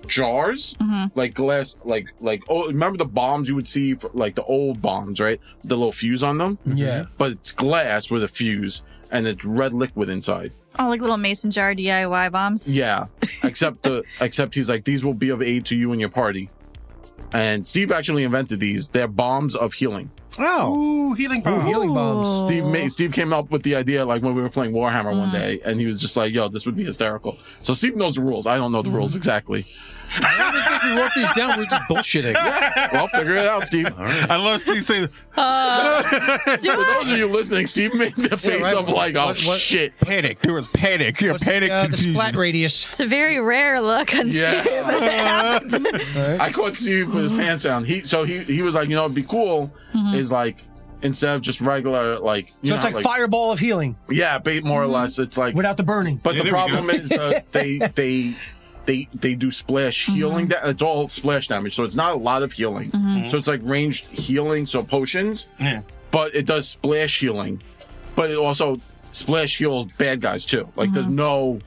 S5: jars,
S1: hmm
S5: like glass, like like oh, remember the bombs you would see, for, like the old bombs, right? The little fuse on them,
S3: Yeah,
S5: but it's glass with a fuse, and it's red liquid inside.
S1: Oh, like little mason jar DIY bombs.
S5: Yeah, except the except he's like these will be of aid to you and your party. And Steve actually invented these. They're bombs of healing.
S2: Oh,
S4: Ooh, healing
S3: Ooh,
S4: power.
S3: healing bombs.
S5: Steve ma- Steve came up with the idea like when we were playing Warhammer one
S1: Mm.
S5: day, and he was just like, "Yo, this would be hysterical." So Steve knows the rules. I don't know the rules exactly.
S2: we wrote these down. We're just bullshitting.
S5: well, figure it out, Steve.
S2: All right.
S4: I love Steve saying.
S1: Uh, do
S5: For
S1: it.
S5: those of you listening, Steve made the face
S3: right.
S5: of like, "Oh
S3: What- what-
S5: shit!"
S4: Panic. There was panic. Yeah,
S3: What's the, uh, the splat radius.
S1: It's a very rare look on
S5: Yeah.
S1: Steve. when it happened.
S5: I caught Steve with his pants down. He so he he was like, "You know, it'd be cool."
S1: Mhm.
S5: Is like instead of just regular like, you
S3: Mm-hmm. So
S5: know,
S3: it's
S5: how,
S3: like, Mm-hmm. fireball of healing
S5: yeah, bait more or less. It's like
S3: without the burning.
S5: But
S4: Yeah,
S5: the
S4: there we go.
S5: problem is that they they they they do splash
S1: Mm-hmm.
S5: healing. That it's all splash damage, so it's not a lot of healing.
S1: Mhm.
S5: So it's like ranged healing, so potions,
S4: Mm-hmm. Yeah.
S5: but it does splash healing. But it also splash heals bad guys too. Like
S1: Mm-hmm.
S5: there's no,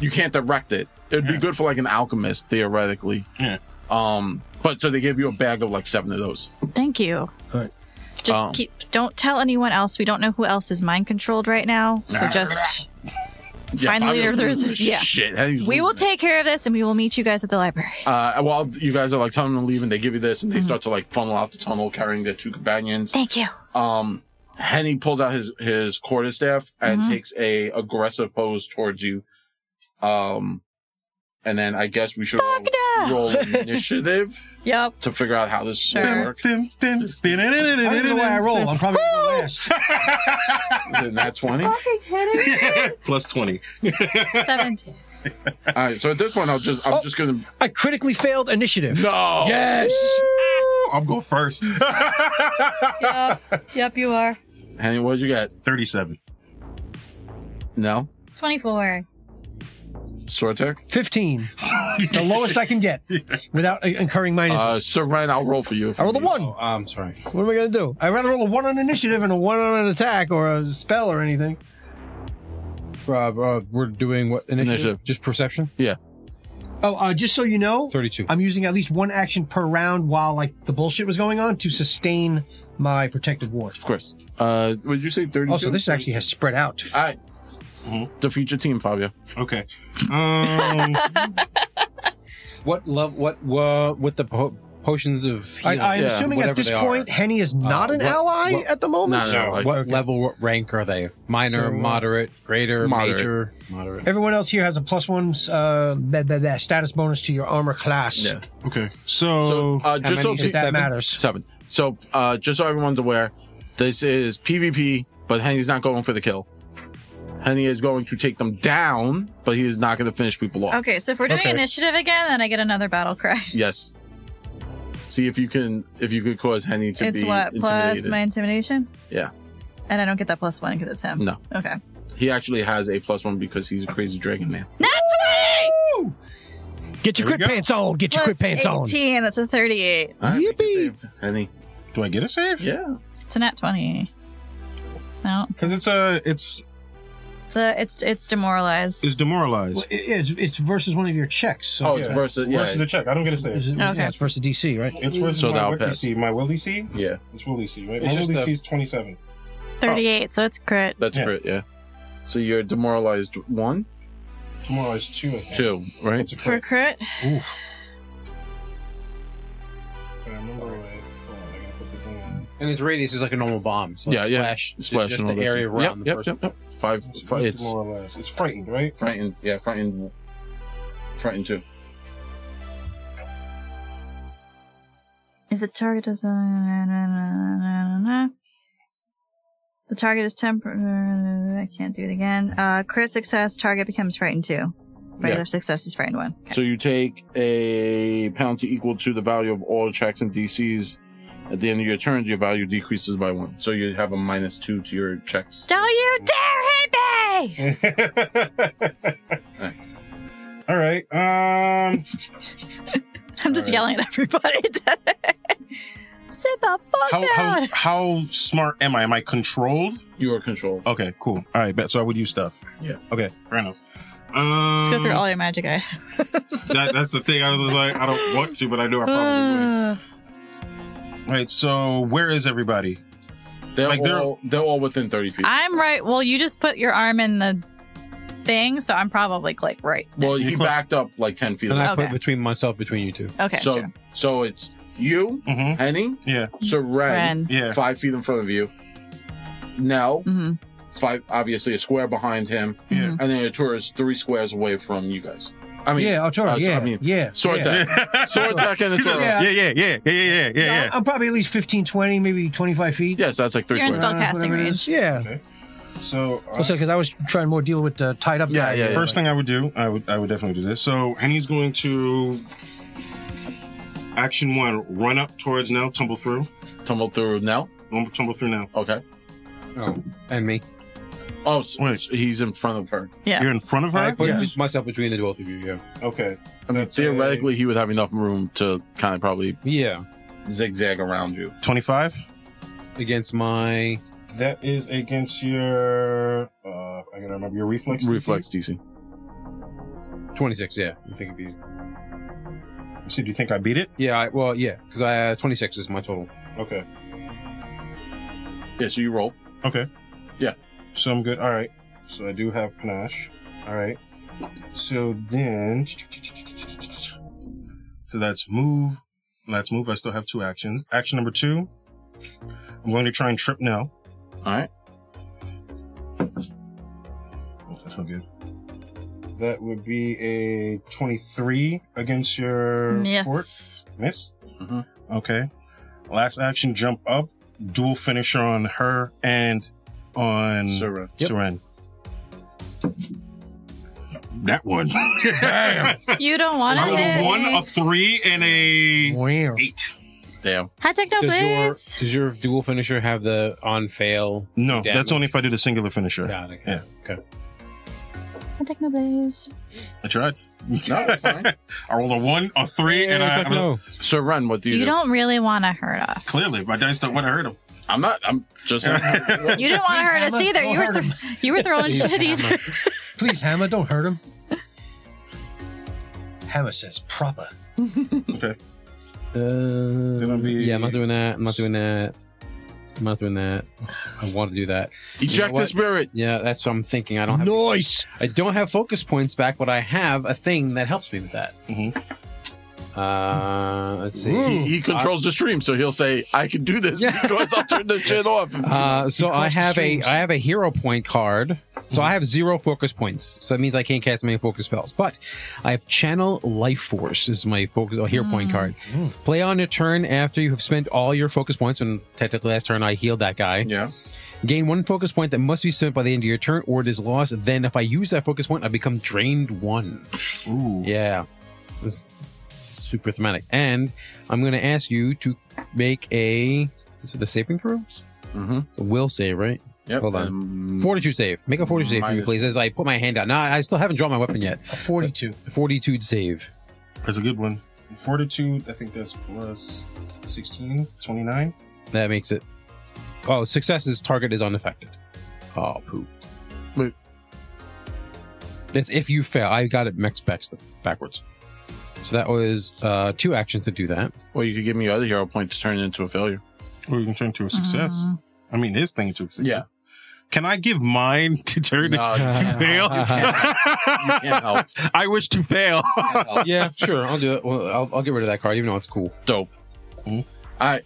S5: you can't direct it. It'd be
S4: Yeah.
S5: good for like an alchemist theoretically.
S4: Yeah.
S5: Um. But so they give you a bag of like seven of those.
S1: Thank you.
S3: Alright.
S1: Just
S5: Um,
S1: keep. Don't tell anyone else. We don't know who else is mind controlled right now. So just. Find the
S5: five
S1: leader of the
S5: those.
S1: resist- yeah.
S5: Shit. how do you
S1: We will
S5: lose that?
S1: take care of this, and we will meet you guys at the library.
S5: Uh, while you guys are like telling them to leave, and they give you this, and they start to like funnel out the tunnel, carrying their two companions.
S1: Thank you.
S5: um Henny pulls out his his quarterstaff and
S1: Mhm.
S5: takes a aggressive pose towards you. Um and then I guess we should roll,
S1: Fuck no.
S5: roll initiative
S1: Yep.
S5: to figure out how this
S1: Sure.
S5: will work.
S3: I don't know why I roll. I'm probably gonna go last.
S5: Nat twenty. All
S1: Fucking kidding.
S4: Plus twenty.
S1: Seventeen.
S5: right, so at this point, I'll just I'm
S3: Oh.
S5: just gonna
S3: I critically failed initiative.
S5: no.
S3: Yes.
S4: Ooh, I'm going first.
S1: Yep. Yep. You are.
S5: Henny, what'd you get?
S4: Thirty-seven.
S5: No.
S1: Twenty-four.
S5: Sword tech.
S3: Fifteen. the lowest I can get without uh, incurring
S5: Uh,
S3: minuses.
S5: Sir Ryan, I'll roll for you. if
S3: I rolled a
S5: you need.
S3: one.
S2: Oh, I'm sorry.
S3: What am I gonna do? I'd rather roll a one on initiative and a one on an attack or a spell or anything.
S2: Rob, uh, we're doing what initiative?
S5: Initiative.
S2: Just perception.
S3: Oh, uh, just so you know,
S2: Thirty-two.
S3: I'm using at least one action per round while like the bullshit was going on to sustain my protective ward.
S5: Of course. Uh, would you say thirty?
S3: Also, this actually has spread out.
S5: All right.
S4: Mhm.
S5: The future team, Fabio.
S4: Okay. Um,
S2: What love? What uh, with the po- potions of
S3: I,
S2: healing?
S3: I'm
S5: Yeah,
S3: assuming
S2: whatever
S3: at this
S2: they are.
S3: point, Henny is not
S2: Uh,
S3: an
S2: what-
S3: ally
S2: what-
S3: at the moment.
S5: No, no, like-
S2: what
S3: Okay.
S2: level, what rank are they? Minor,
S3: So, uh,
S2: moderate, greater,
S5: Moderate.
S2: major, moderate.
S3: Everyone else here has a plus one uh, blah, blah, blah, status bonus to your armor class.
S5: Yeah.
S4: okay.
S5: So
S4: So,
S5: uh, just so
S2: many
S5: pe-
S3: If that
S2: Seven.
S3: matters.
S5: Seven. So, uh, just so everyone's aware, this is PvP, but Henny's not going for the kill. Henny is going to take them down, but he is not going to finish people off.
S1: Okay, so if we're doing
S3: Okay.
S1: initiative again, then I get another battle cry.
S5: Yes. See if you can if you could cause Henny to
S1: it's
S5: be
S1: what plus
S5: intimidated.
S1: my intimidation.
S5: Yeah.
S1: And I don't get that plus one because it's him.
S5: No.
S1: Okay.
S5: he actually has a plus one because he's a crazy dragon man.
S1: Not twenty.
S3: Get your
S4: There we
S3: crit
S4: go.
S3: pants on. Get your
S1: Plus
S3: crit pants on.
S1: eighteen. That's a thirty-eight.
S5: All right, make a
S4: Yippee. Oh,
S5: save, Henny.
S4: Do I get a save?
S5: Yeah.
S1: It's a nat twenty. No,
S4: Because it's uh, it's
S1: it's a, it's it's demoralized.
S4: it's demoralized.
S3: Well, it- it's, it's versus one of your checks. So
S5: Oh, it's
S4: yeah.
S5: versus yeah.
S4: Versus the check. I don't get a save.
S3: Is it-
S1: Okay.
S3: yeah, it's versus DC, right?
S4: It's versus
S5: So
S4: my
S5: that'll
S4: will
S5: pass.
S4: DC. My will DC.
S5: yeah.
S4: It's will DC, right?
S2: It's
S4: My will
S2: just
S4: DC
S2: the-
S4: is twenty-seven.
S1: Thirty-eight. So it's crit.
S5: That's
S4: Yeah.
S5: great, yeah. So you're demoralized one,
S4: Demoralized two. I think.
S5: two, right?
S4: It's a
S1: For
S4: crit.
S1: crit,
S4: If I remember right. Hold on, I gotta put the thing on.
S2: And its radius is like a normal bomb. So
S5: Yeah,
S2: like
S5: yeah.
S2: Splash, is
S5: Splash
S2: just
S5: and all
S2: the
S5: that
S2: area
S5: stuff.
S2: around
S5: Yep,
S2: the
S5: yep,
S2: person.
S5: yep, yep. Five,
S4: It's
S5: five it's
S4: demoralized. It's frightened, right?
S5: frightened yeah, frightened frightened two.
S1: if the target uh, does the target is temporary, I can't do it again. Uh, crit success, target becomes frightened two. Regular
S5: Yeah.
S1: success is frightened one.
S5: So you take a penalty equal to the value of all checks and DCs. At the end of your turn, your value decreases by one. So you have a minus two to your checks.
S1: Don't you dare hit me!
S4: All right. Um.
S1: I'm just
S4: Alright.
S1: yelling at everybody today. Sit the fuck
S4: How
S1: down.
S4: how how smart am I? Am I controlled?
S5: You are controlled.
S4: Okay. Cool. All right. Bet. So I would use stuff.
S5: Yeah.
S4: Okay. Fair enough. Um,
S1: just go through all your magic items.
S4: that, that's the thing. I was just like, I don't want to, but I know I probably would.
S1: Uh,
S4: All right. So where is everybody?
S2: Uh,
S5: They're
S4: Like, they're-
S5: all they're all within thirty feet.
S1: I'm right. Well, you just put your arm in the thing, so I'm probably like right.
S5: Well,
S1: next.
S5: you backed up like ten feet.
S2: And I put
S1: Okay.
S2: it between myself, between you two.
S1: okay.
S5: so
S1: true.
S5: so it's you,
S4: Mm-hmm.
S5: Henny,
S4: Yeah.
S5: Seren,
S1: Ren.
S4: Yeah.
S5: five feet in front of you. Nell,
S1: Mhm.
S5: five obviously a square behind him,
S4: Yeah.
S1: Mhm.
S5: and then a tourist three squares away from you guys. I mean,
S3: yeah, Altura.
S5: uh, so,
S3: yeah,
S5: I mean,
S3: yeah.
S5: sword
S3: yeah.
S5: attack, sword attack, and a
S4: He's like,
S5: Tauros.
S4: yeah. Yeah. Yeah. Yeah. Yeah. Yeah. Yeah. Yeah.
S3: I'm probably at least 15, 20, maybe 25 feet.
S5: Yes, that's like three
S1: You're in
S5: squares.
S1: spell-
S3: Uh, whatever
S1: Spellcasting
S3: it is. Yeah.
S4: So uh,
S3: Also, because I was trying more deal with the tied up.
S5: Yeah,
S3: guy.
S5: yeah, yeah.
S4: first thing I would do, I would I would definitely do this. So Henny's going to action one, run up towards now, tumble through,
S5: Tumble through Nell.
S4: Rum- tumble through now.
S5: Okay.
S2: Oh, and me.
S5: Oh, so,
S4: Wait.
S5: so he's in front of her.
S1: Yeah.
S4: You're in front of
S2: I
S4: her.
S2: put
S5: Yeah.
S2: myself between the both of you. Yeah.
S4: Okay.
S5: I mean,
S4: That's
S5: theoretically, he would have enough room to kind of probably
S2: Yeah.
S5: zigzag around you.
S4: Twenty five.
S2: Against my.
S4: That is against your. Uh, I gotta remember your reflex.
S5: Reflex DC.
S2: 26, yeah. I think it'd be.
S4: So do you think I beat it?
S2: Yeah, I, well, yeah, because I uh, 26 is my total.
S4: Okay.
S5: Yeah, so you roll.
S4: Okay.
S5: Yeah.
S4: So I'm good. All right. So I do have panache. All right. So then. So that's move. That's move. I still have two actions. Action number two. I'm going to try and trip now.
S5: All right.
S4: Oh, that's not good. That would be a 23 against your fort.
S1: Yes.
S4: Miss.
S5: Mhm.
S4: Okay. Last action, jump up, dual finisher on her and on
S2: Mm.
S5: Seren.
S4: Seren. That one.
S5: Damn.
S1: You don't want
S4: I
S1: to
S4: rolled a
S1: hit.
S4: one, a three, and a
S3: Wow.
S4: eight.
S5: Damn.
S1: High techno,
S2: does, your,
S1: please.
S2: does your dual finisher have the on fail?
S4: No,
S2: Damn.
S4: that's only if I do the singular finisher.
S2: Got it.
S4: Yeah.
S1: High techno, please.
S4: I tried.
S5: No, it's fine.
S4: I rolled a one, a three, and I, I was-
S2: no.
S5: Seren, what do you,
S1: You
S5: do?
S1: don't really want to hurt us.
S4: clearly my dice don't want to hurt him.
S5: I'm not. I'm just.
S4: uh,
S1: You didn't want to
S3: Please,
S1: hurt us
S3: Hammer,
S1: either.
S3: don't
S1: You were
S3: hurt
S1: th- you were throwing
S2: Please,
S1: shit either.
S2: Hammer.
S3: Please, Hammer, don't hurt him. Hammer says proper.
S4: Gonna
S2: Uh,
S4: be-
S2: yeah, I'm not doing that. I'm not doing that. I'm not doing that. I want to do that.
S5: Eject the
S2: what?
S5: spirit.
S2: Yeah, that's what I'm thinking. I don't have
S3: Nice.
S2: I don't have focus points back, but I have a thing that helps me with that.
S4: Mhm.
S2: Uh, let's see.
S3: Ooh.
S5: He, he controls the stream, so he'll say, "I can do this
S2: Yeah.
S5: because I'll turn the shit off."
S2: Uh, so I
S3: crossed the
S2: have a
S3: streams. Mm-hmm.
S2: I have a hero point card. So I have zero focus points. So that means I can't cast many focus spells. But I have channel life force is my focus or hero point
S1: Mm.
S2: card.
S3: Mm.
S2: Play on your turn after you have spent all your focus points. And technically last turn I healed that guy.
S5: yeah.
S2: Gain one focus point that must be spent by the end of your turn, or it is lost. Then, if I use that focus point, I become drained one.
S4: Ooh.
S2: Yeah. It's super thematic. And I'm going to ask you to make a. Is it the saving throw?
S5: Mm-hmm.
S2: It's a will save, right?
S5: Yep.
S2: Hold on.
S5: um,
S2: Fortitude save. Make a fortitude save for me,
S5: Minus-
S2: please, as I put my hand out. No, I still haven't drawn my weapon yet.
S3: A 42.
S2: Fortitude save.
S4: That's a good one. Fortitude, I think that's plus 16, 29.
S2: That makes it. Oh, successes. Target is unaffected. Oh, poop.
S5: Wait.
S2: That's if you fail. I got it mixed back, backwards. So that was uh, two actions to do that.
S5: Well, you could give me your other hero point to turn it into a failure.
S4: Or you can turn to a success.
S1: Mm.
S4: I mean, his thing to a success.
S5: Yeah.
S4: Can I give mine to turn
S5: No, you
S4: to
S5: can't.
S4: fail?
S5: You can't. You can't help.
S4: I wish to fail.
S5: Can't help.
S2: yeah, sure. I'll do it. Well, I'll, I'll get rid of that card, even though it's cool.
S5: Dope.
S4: Mhm.
S5: All right.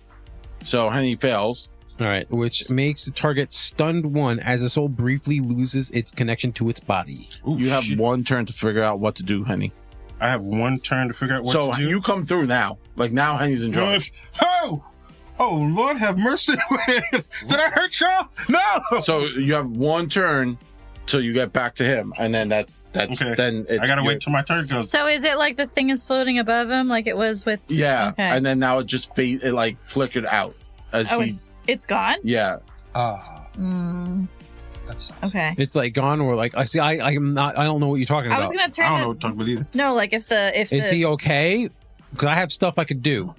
S5: So Henny fails.
S2: All right, which makes the target stunned one as the soul briefly loses its connection to its body.
S4: Ooh,
S5: You have
S4: shit.
S5: one turn to figure out what to do, Henny.
S4: I have one turn to figure out what
S5: So
S4: to do.
S5: you come through now. Like now, Henny's in
S4: Oh,
S5: charge.
S4: if- oh! Oh, Lord have mercy. Did I hurt y'all? No!
S5: So you have one turn till you get back to him, and then that's that's
S4: Okay.
S5: then it's,
S4: I gotta
S5: you're-
S4: wait till my turn comes.
S1: So is it like the thing is floating above him, like it was with?
S5: Yeah,
S1: Okay.
S5: and then now it just fade, it like flickered out as
S1: Oh,
S5: he.
S1: it's it's gone.
S5: Yeah,
S3: Ah,
S1: Mm,
S3: that sucks.
S1: okay.
S2: It's like gone, or like I see. I I'm not. I don't know what you're talking
S1: I
S2: about.
S1: was gonna turn.
S4: I
S1: the,
S4: don't know what to talk about either.
S1: No, like if the if
S2: Is
S1: the
S2: he okay? Because I have stuff I could
S1: Oh,
S2: do.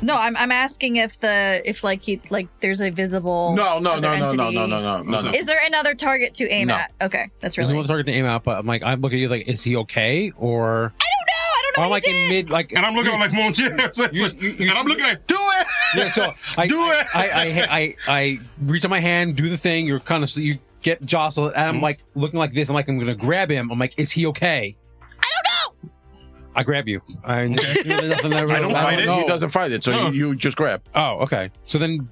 S1: no, I'm I'm asking if the if like he like there's a visible.
S5: no, no,
S1: other
S5: no, no, no,
S1: entity.
S5: no, no, no, no, no.
S1: Is there another target to aim
S5: No.
S1: at? Okay, that's
S2: There's
S1: really.
S2: no other target to aim at, but I'm like, I'm looking at you like, is he okay? Or
S1: No, I don't know.
S2: or I'm
S1: what
S2: like
S1: he
S2: in
S1: did.
S2: mid, like,
S4: And I'm looking at like, Mon Dieu.
S2: You- you- you-
S4: and I'm looking at, do it!
S2: yeah. So I
S4: Do
S2: I,
S4: it!
S2: I, I, I, I reach out my hand, do the thing. You're kind of you get jostled, and I'm
S4: Mhm.
S2: like looking like this. I'm like, I'm gonna grab him. I'm like, is he okay? I don't know. I grab you. I, nothing
S4: I don't
S5: I
S4: fight
S5: don't
S4: it.
S5: know. He
S2: know.
S5: doesn't fight it, so
S4: Huh.
S5: you, you just grab.
S2: Oh, okay. So then,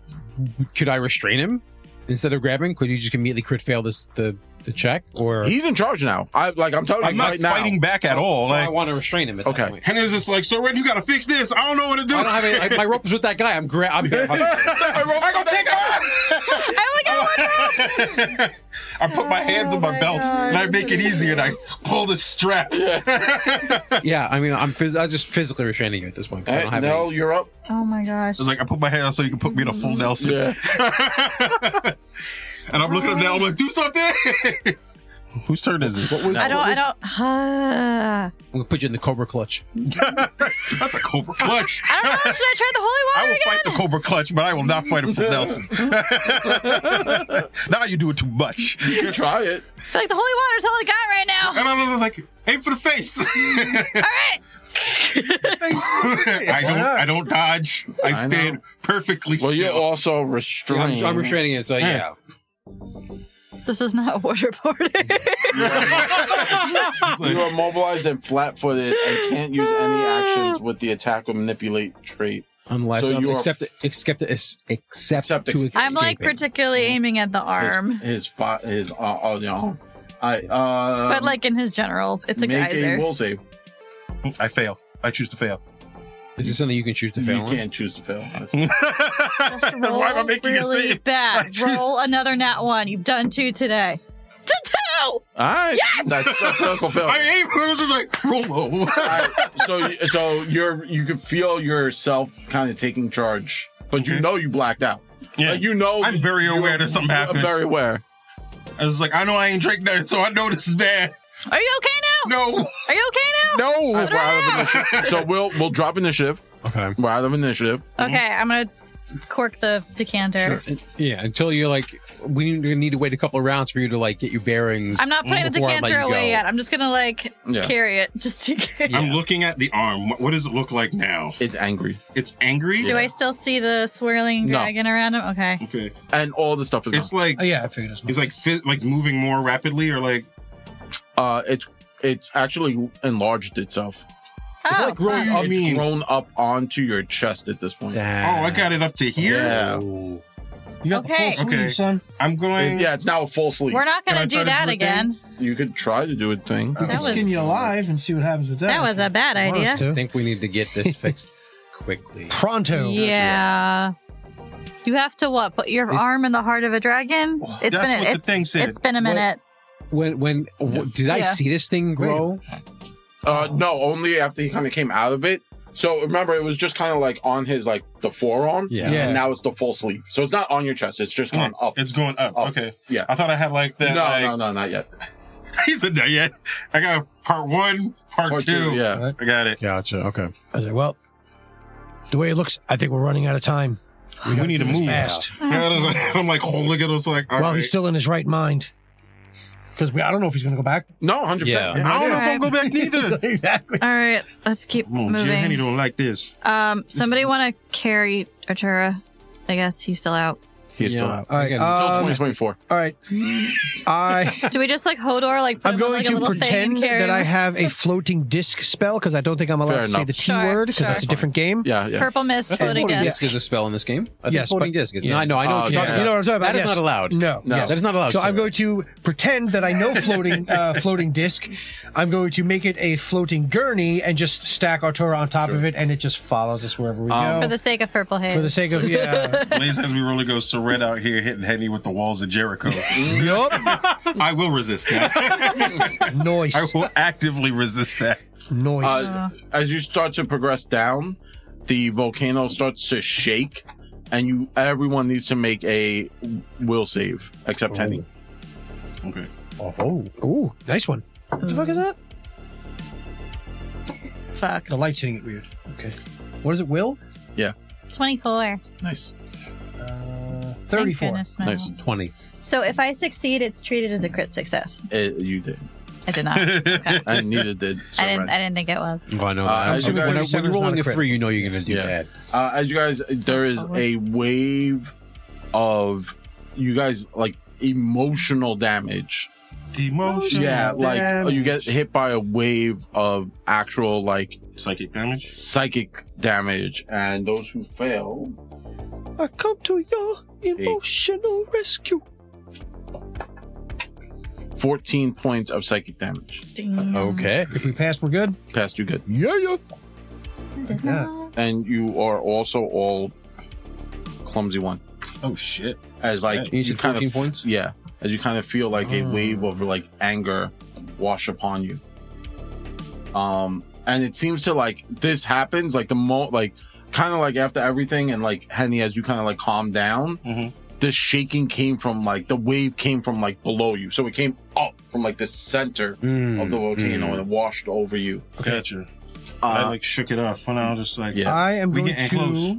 S2: could I restrain him instead of grabbing? Could you just immediately crit fail this the the check? Or
S5: He's in charge now. I like I'm telling
S4: I'm
S5: you
S4: not
S5: right
S4: fighting
S5: now.
S4: back at all.
S2: Oh, So I
S4: Like,
S2: want to restrain him. At
S5: Okay.
S2: That point.
S4: and it's just like, so Red, you gotta fix this. I don't know what to do.
S2: I don't have any, I, my rope is with that guy. I'm gra- I'm. I'm-
S4: I gonna take mine. I put my hands in my
S1: Oh my
S4: belt
S1: God,
S4: and I
S1: that's
S4: make it easier and I pull the strap. it's
S2: yeah, I mean, I'm phys- I'm just physically restraining you at this point. 'cause I don't
S5: Hey,
S2: have
S5: Uh, no,
S2: any-
S5: you're up.
S1: Oh my gosh.
S4: like I put my hand out so you can put me in a full Nelson.
S5: Yeah.
S4: and I'm looking at now, I'm like, do something. Whose turn is it? What was
S1: I don't. I don't. Uh,
S2: I'm gonna put you in the cobra clutch.
S4: Not the Cobra Clutch.
S1: I don't know. Should I try the
S4: I
S1: holy water
S4: will fight the
S1: again?
S4: Cobra Clutch, but I will not fight a full Nelson. now you do it too much.
S5: You try it.
S1: I feel like the holy water is all I got right now.
S4: And I don't know, like, aim for the face.
S1: all right.
S4: I don't. I don't dodge. I,
S5: I know.
S4: stand perfectly
S5: Well, you're
S4: still.
S5: also
S2: Yeah,
S5: restrained.
S2: I'm, I'm restraining it, so yeah.
S1: This is not waterboarding.
S4: It's like,
S5: You are mobilized and flat-footed and can't use any actions with the attack or manipulate trait.
S2: Unless
S5: So
S2: I'm-
S5: you are-
S2: except except es- except
S5: Except
S2: to
S5: ex-
S1: I'm like
S2: escaping.
S1: particularly aiming at the arm,
S5: His his, fi- his uh, uh, you know, I uh.
S1: but like in his general, it's a
S5: make
S1: geyser.
S5: a will save.
S4: I fail. I choose to fail.
S2: Is this something you can choose to
S5: You
S2: fail? on?
S5: can't choose to fail.
S4: Why
S1: Just roll
S4: am I making
S1: really
S4: a save? I
S1: bad.
S4: choose-
S1: Roll another nat one. You've done two today. To two.
S5: All right.
S1: Yes!
S5: That's a critical failure.
S4: I aim. It was just like roll low.
S5: All right, so, you- so you're you can feel yourself kind of taking charge, but you
S4: Okay.
S5: know you blacked out.
S4: Yeah.
S5: Like, you know.
S4: I'm very
S5: you're-
S4: aware that something
S5: you're
S4: happened.
S5: Very aware.
S4: I was like, I know I ain't drink nothing, so I know this is bad.
S1: Are you okay now?
S4: No.
S1: Are you okay now?
S5: No. We're
S1: Put her
S5: out of
S1: out.
S5: initiative. So we'll we'll drop initiative.
S2: Okay.
S5: We're out of initiative.
S4: Mm-hmm.
S1: Okay, I'm gonna cork the decanter.
S2: Yeah, until you're like, we need- we need to wait a couple of rounds for you to like get your bearings.
S1: I'm not putting the
S2: Before I let
S1: decanter
S2: you
S1: away
S2: go.
S1: yet. I'm just gonna like
S5: Yeah.
S1: carry it just in case.
S4: I'm looking at the arm. What, what does it look like now?
S5: It's angry,
S4: It's angry.
S1: Do I still see the swirling
S5: No.
S1: dragon around him? Okay.
S4: Okay.
S5: and all the stuff is
S4: It's
S5: it's,
S4: like
S3: Oh, yeah, I figured as much.
S4: it's like fit, like moving more rapidly, or like
S5: uh, it's it's actually enlarged itself.
S1: Oh,
S2: like growing
S1: huh.
S4: I mean-
S5: it's grown up onto your chest at this point.
S4: oh, I got it up to here.
S5: Yeah.
S2: Oh.
S3: You got
S1: Okay.
S3: the full
S4: Okay.
S3: sleeve, son.
S4: I'm going.
S5: It- yeah, it's now a full sleeve.
S1: We're not gonna
S4: Can I try
S1: do
S4: to
S1: that
S4: do a
S1: again.
S5: you could try to do a thing.
S3: We
S1: That
S3: can skin
S1: was-
S3: you alive and see what happens with that.
S1: That was a bad
S3: If you want us
S1: idea.
S2: I
S3: to.
S2: think we need to get this fixed quickly.
S3: Pronto.
S1: Yeah. You have to what? Put your
S2: It's-
S1: arm in the heart of a dragon? It's
S4: Oh, That's
S1: been a,
S4: what the
S1: it's,
S4: thing said.
S1: it's been a
S2: Well-
S1: minute.
S2: When when w- did I
S1: Yeah.
S2: see this thing grow?
S5: Uh, no, only after he kind of came out of it. So remember, it was just kind of like on his like the forearm.
S2: Yeah.
S3: Yeah.
S5: And now it's the full sleeve. So it's not on your chest. It's just gone up.
S4: It's going up.
S5: Up.
S4: Okay.
S5: Oh, Yeah.
S4: I thought I had like
S5: No,
S4: that. like,
S5: no, no, not yet.
S4: He said not yet. I got part one, part,
S5: Part
S4: two.
S5: two. Yeah.
S4: I got it.
S2: Gotcha. Okay.
S3: I was like, well, the way it looks, I think we're running out of time.
S4: We,
S3: gotta
S4: need to
S3: do this
S4: move.
S3: fast.
S4: Yeah, I'm like- I'm like holding it. I was like, all
S3: While
S4: right.
S3: he's still in his right mind, because I don't know if he's going to go back.
S5: No, hundred
S2: Yeah.
S5: percent.
S4: I don't know if
S1: Alright.
S4: I'm going back neither.
S3: exactly.
S1: All right, let's keep
S4: Come on, Jim Henny
S1: moving.
S4: don't like this.
S1: Um, somebody want to carry Artura? I guess he's still out.
S5: He's still out
S3: All right.
S2: Again,
S5: until
S3: um,
S5: twenty twenty four.
S3: all right. I
S1: Do we just like Hodor? Like put
S3: I'm
S1: him on,
S3: going
S1: like, a
S3: to
S1: little thing and
S3: pretend
S1: carry
S3: that
S1: him?
S3: I have a floating disc spell because I don't think I'm allowed
S5: Fair
S3: to say
S5: enough.
S3: the T
S1: Sure,
S3: word because
S1: sure.
S3: that's a different game.
S5: Yeah, yeah.
S1: purple mist floating
S2: Floating
S1: disc.
S2: disc is a spell in this game. I think
S3: Yes,
S2: floating
S3: but-
S2: disc. Is,
S3: yeah.
S2: No, I know. I know.
S5: Oh,
S2: what you're talking
S5: yeah.
S3: You know what I'm talking about?
S2: That is
S3: yes.
S2: not allowed.
S3: No,
S5: No.
S3: yes.
S2: That is not allowed.
S3: So I'm
S2: sir.
S3: going to pretend that I know floating uh, floating disc. I'm going to make it a floating gurney and just stack Artura on top of it, and it just follows us wherever we
S5: Um,
S3: go.
S1: For the sake of purple haze.
S3: For the sake of yeah,
S4: Blaze has me really go Seren out here hitting Henny with the walls of Jericho.
S3: yup,
S4: I will resist that.
S3: noise,
S4: I will actively resist that.
S3: noise.
S5: Uh,
S1: Oh,
S5: as you start to progress down, the volcano starts to shake, and you everyone needs to make a will save except Henny.
S4: Okay.
S2: Oh.
S3: Ooh, nice one. What the fuck
S1: Mm.
S3: is that?
S1: Fuck.
S3: The light's hitting it weird. Okay, what is it? Will
S1: 24.
S5: Nice.
S3: uh,
S1: Thank
S3: thirty-four.
S1: goodness, no.
S5: Nice.
S2: Twenty.
S1: So if I succeed, it's treated as a crit success.
S5: Uh, you did,
S1: I did not. Okay.
S5: and neither did.
S1: I didn't.
S5: Soren.
S1: I didn't think it was.
S2: Oh no.
S5: Uh,
S2: I
S5: as you
S2: don't-
S5: guys-
S2: when, I- when
S3: 37
S2: you're
S3: is not
S2: rolling
S3: a
S2: a
S3: crit.
S2: three, you know you're going to do
S5: Yeah.
S2: that.
S5: Uh, as you guys, there is a wave of you guys like emotional damage.
S4: Emotional.
S5: Yeah, like oh, uh,
S4: damage.
S5: you get hit by a wave of actual like
S4: psychic damage.
S5: psychic damage, and those who fail.
S3: I come to your emotional rescue.
S5: 14 points of psychic damage.
S4: Uh,
S2: Okay.
S3: If we pass, we're good.
S5: Passed you good.
S3: Mm. Yeah, yeah.
S5: And you are also all clumsy one.
S4: Oh shit.
S5: As like
S4: Right.
S2: You said 14 points? Ah.
S5: Yeah. As you kind of feel like a
S3: Oh.
S5: wave of like anger wash upon you. Um and it seems to like this happens like the mo like kind of like after everything and like Henny as you kind of like calm down,
S2: Mm-hmm.
S4: Mhm.
S5: the shaking came from like the wave came from like below you. So it came up from like the center
S2: Mm,
S5: of the volcano
S2: mm.
S5: and it washed over you.
S4: Gotcha. I
S5: Uh,
S4: like shook it off when I was just like,
S5: Yeah.
S3: I am
S4: We
S3: going to.
S4: getting close.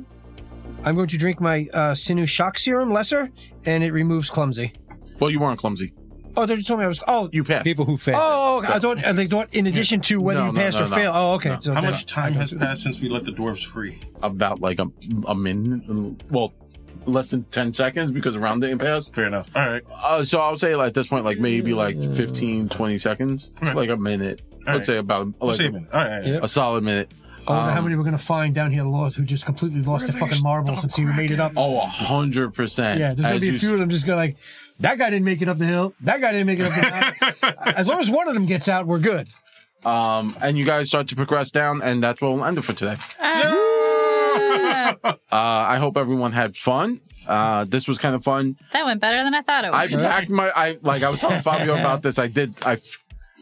S3: I'm going to drink my uh, sinew shock serum, lesser, and it removes clumsy.
S5: well, you weren't clumsy.
S3: Oh, they just told me I was. Oh,
S5: You passed.
S2: People who fail.
S3: oh, okay. I thought. I thought in addition to whether
S5: No,
S3: you
S5: no,
S3: passed
S5: no,
S3: or
S5: no.
S3: failed. Oh, okay.
S5: No.
S3: So
S4: How
S3: then-
S4: much time has passed since we let the dwarves free?
S5: about like a, a minute, well, less than 10 seconds because around the impasse.
S4: Fair enough. All right.
S5: Uh, so I would say like at this point, like maybe like 15, 20 seconds,
S4: Right.
S5: like a minute.
S4: All
S5: I'd
S4: right.
S5: say about
S4: We'll
S5: like
S4: save it. All right.
S3: Yeah.
S5: a solid minute.
S3: I wonder how
S5: Um,
S3: many we're gonna find down here lost who just completely lost their fucking marbles since you made it up.
S5: Oh, a hundred percent.
S3: Yeah, there's gonna
S5: As
S3: be a
S5: you-
S3: few of them just go like, that guy didn't make it up the hill. That guy didn't make it up the hill. as long as one of them gets out, we're good.
S5: Um, and you guys start to progress down, and that's what we'll end it for today.
S1: Ah,
S5: Uh, I hope everyone had fun. Uh, this was kind of fun.
S1: that went better than I thought it
S5: I
S1: would.
S5: packed my. I like. I was telling Fabio about this. I did. I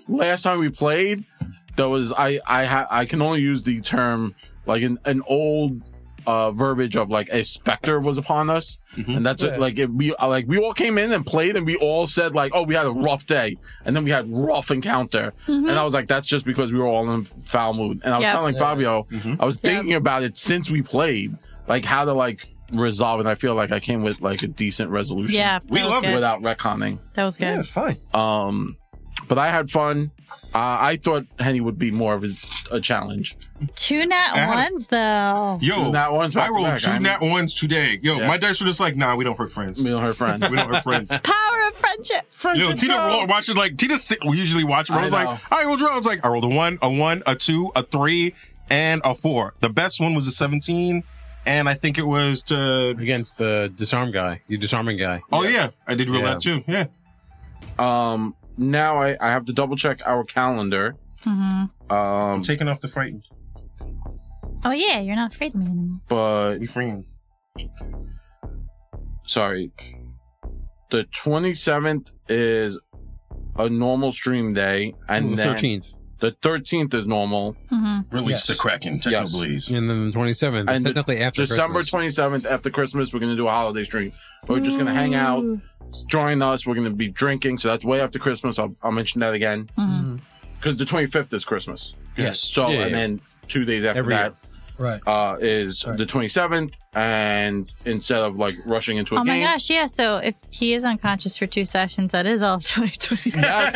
S5: last time we played, there was. I. I. Ha, I can only use the term like an an old uh verbiage of like a specter was upon us,
S4: Mhm.
S5: and that's
S3: Yeah.
S5: it. Like it, we uh, like we all came in and played, and we all said like, oh, we had a rough day, and then we had rough encounter, and I was like, that's just because we were all in foul mood, and I was
S1: Yep.
S5: telling Fabio,
S4: Mhm.
S5: I was thinking about it since we played, like how to like resolve, and I feel like I came with like a decent resolution
S1: yeah,
S4: We
S1: that was
S4: love
S1: good.
S5: without retconning.
S1: That was
S3: Yeah,
S1: good.
S3: it's fine.
S5: Um, but I had fun. Uh, I thought Henny would be more of a, a challenge.
S1: Two nat
S4: had
S1: ones though.
S4: Yo,
S5: Not one's
S4: I
S5: back to
S4: rolled
S5: back.
S4: two
S5: I mean-
S4: nat ones today. Yo,
S5: Yeah.
S4: my dice were just like, nah, we don't hurt friends.
S5: Me and her friend.
S4: We don't hurt friends.
S1: Power of friendship.
S4: Yo, Tina roll, watching like Tina. si- We usually watch. I
S5: I
S4: was
S5: know.
S4: like, I will draw. I was like, I rolled a one, a one, a two, a three, and a four. The best one was a seventeen, and I think it was to.
S2: Against the disarm guy, you disarming guy.
S4: Oh yeah, I did roll
S2: Yeah.
S4: that too. Yeah,
S5: Um, now I, I have to double check our calendar.
S1: hmm
S5: Um,
S4: I'm taking off the frightened.
S1: Oh yeah, you're not afraid of me anymore.
S5: but
S4: We friends.
S5: sorry. The 27th is a normal stream day, and
S2: And Mm, the
S5: then
S2: 13th.
S5: the 13th is normal.
S1: hmm
S3: Yes.
S7: Release the Kraken, Techno
S5: Yes.
S7: Blaze.
S2: And then the 27th. That's
S5: And the-
S2: technically after
S5: December
S2: Christmas.
S5: 27th, after Christmas, we're going to do a holiday stream. We're just going to hang out,
S1: Mm.
S5: join us. We're going to be drinking. So that's way after Christmas. I'll, I'll mention that again.
S4: Mm-hmm.
S1: Mhm.
S5: because the 25th is Christmas.
S3: Yes.
S5: So,
S2: Yeah,
S5: and
S2: yeah.
S5: then two days after
S2: Every
S5: that
S3: Mm-hmm. Right.
S5: uh, is
S3: Right.
S5: the 27th. And instead of like rushing into a
S1: Oh my
S5: game,
S1: gosh, yeah. So if he is unconscious for two sessions, that is all 2020.
S5: yes,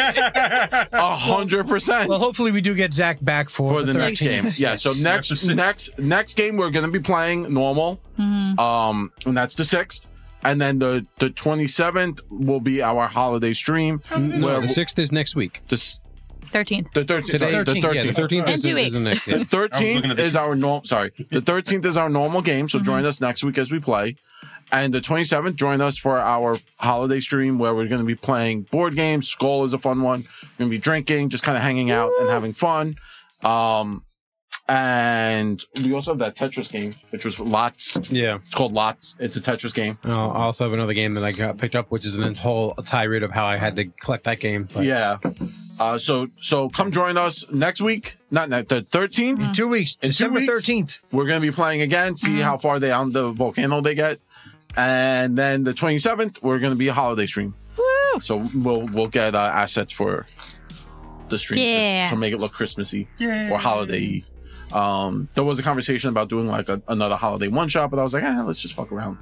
S5: a hundred percent
S3: Well, hopefully we do get Zach back for,
S5: for the next
S3: 13th.
S5: game. Yeah. So
S7: Yes. That's
S5: next,
S7: the sixth.
S5: next, next game we're gonna be playing normal.
S1: Mhm.
S5: Um, and that's the sixth. And then the the 27th will be our holiday stream.
S2: No,
S5: Where
S2: the 6th is next week.
S5: the s-
S1: 13th.
S5: the 13th,
S2: Today,
S5: sorry, the 13th.
S2: Yeah, the 13th
S1: In
S2: is,
S1: two
S2: is the
S1: weeks.
S2: next
S5: The
S2: yeah.
S7: I was looking
S5: thirteenth
S7: at the-
S5: is our normal. Sorry, the thirteenth is our normal game. So join us next week as we play, and the twenty seventh join us for our holiday stream where we're going to be playing board games. Skull is a fun one. We're going to be drinking, just kind of hanging out and having fun. Um, and we also have that Tetris game, which was Lots. It's
S2: Yeah.
S5: called Lots. It's a Tetris game.
S2: I'll- I also have another game that I got picked up, which is an whole tirade of how I had to collect that game. But-
S5: Yeah. Uh, so so come join us next week. Not not the thirteenth.
S3: In two weeks,
S5: In two
S3: December
S5: weeks?
S3: 13th.
S5: We're going to be playing again, see how far they on the volcano they get. And then the 27th, we're going to be a holiday stream. Woo! So we'll we'll get uh, assets for the stream to-
S1: Yeah.
S5: to, make it look Christmassy or holiday. Um, there was a conversation about doing like a, another holiday one shot, but I was like, eh, let's just fuck around.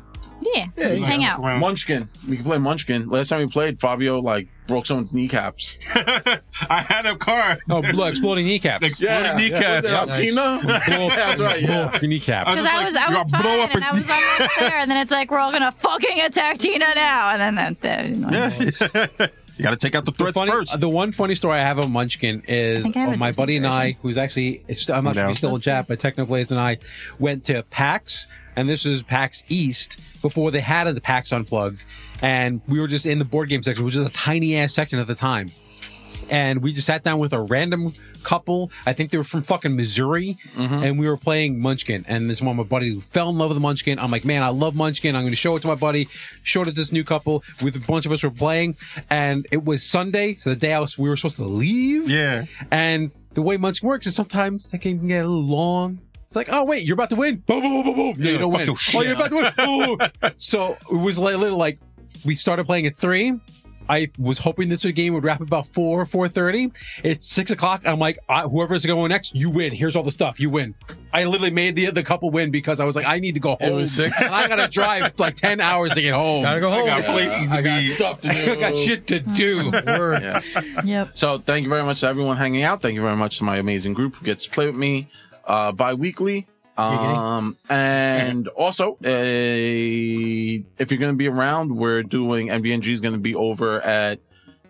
S1: Yeah.
S3: Yeah,
S1: Just
S3: yeah.
S1: hang out.
S5: Munchkin, we can play Munchkin. Last time we played, Fabio like broke someone's kneecaps.
S4: I had a car.
S2: Oh, look, exploding kneecaps.
S4: Exploding kneecaps.
S5: Was it Altina?
S2: Blow up-
S5: That's right,
S2: blow
S5: yeah. Uh,
S2: up your kneecap.
S4: I was
S1: Because
S4: just
S1: I was,
S4: like, you
S1: I was
S4: gotta blow
S1: fine,
S4: up
S1: and
S4: a-
S1: I was almost there, and then it's like we're all gonna fucking attack Tina now, and then that, that
S4: you got to take out the
S2: The,
S4: threats
S2: funny, uh,
S4: first.
S2: the one funny story I have of Munchkin is
S1: think I have a
S2: my
S1: Disney
S2: buddy and I,
S1: version.
S2: who's actually, it's- I'm not sure
S4: No.
S2: if he's still a Jap, but Technoblaze and I went to PAX, and this was PAX East before they had the PAX Unplugged. And we were just in the board game section, which is a tiny ass section at the time. And we just sat down with a random couple. I think they were from fucking Missouri.
S5: Mhm.
S2: and we were playing Munchkin, and this one, my buddy, fell in love with Munchkin. I'm like, man, I love Munchkin. I'm going to show it to my buddy. Showed it to this new couple with a bunch of us were playing, and it was Sunday, so the day I was, we were supposed to leave.
S4: yeah.
S2: And the way Munchkin works is sometimes that game can get a little long. It's like, oh wait, you're about to win. Boom, boom, boom, boom. No,
S4: Yeah,
S2: you don't
S4: fuck
S2: win.
S4: your
S2: Oh,
S4: shit.
S2: you're about to win. Boom, boom, boom. so it was like, literally like we started playing at three. I was hoping this game would wrap about four, four thirty. It's six o'clock. I'm like, I, whoever's going next, you win. Here's all the stuff. You win. I literally made the the couple win because I was like, I need to go home.
S5: It was six.
S2: And I gotta drive like ten hours to get home.
S3: Gotta go home.
S4: got places to
S5: Oh, I got
S4: be.
S5: stuff to do.
S2: I got shit to do.
S3: Word.
S5: Yeah.
S1: Yep.
S5: So thank you very much to everyone hanging out. Thank you very much to my amazing group who gets to play with me uh, bi-weekly. Um, and also, uh, if you're going to be around, we're doing MBNG is going to be over at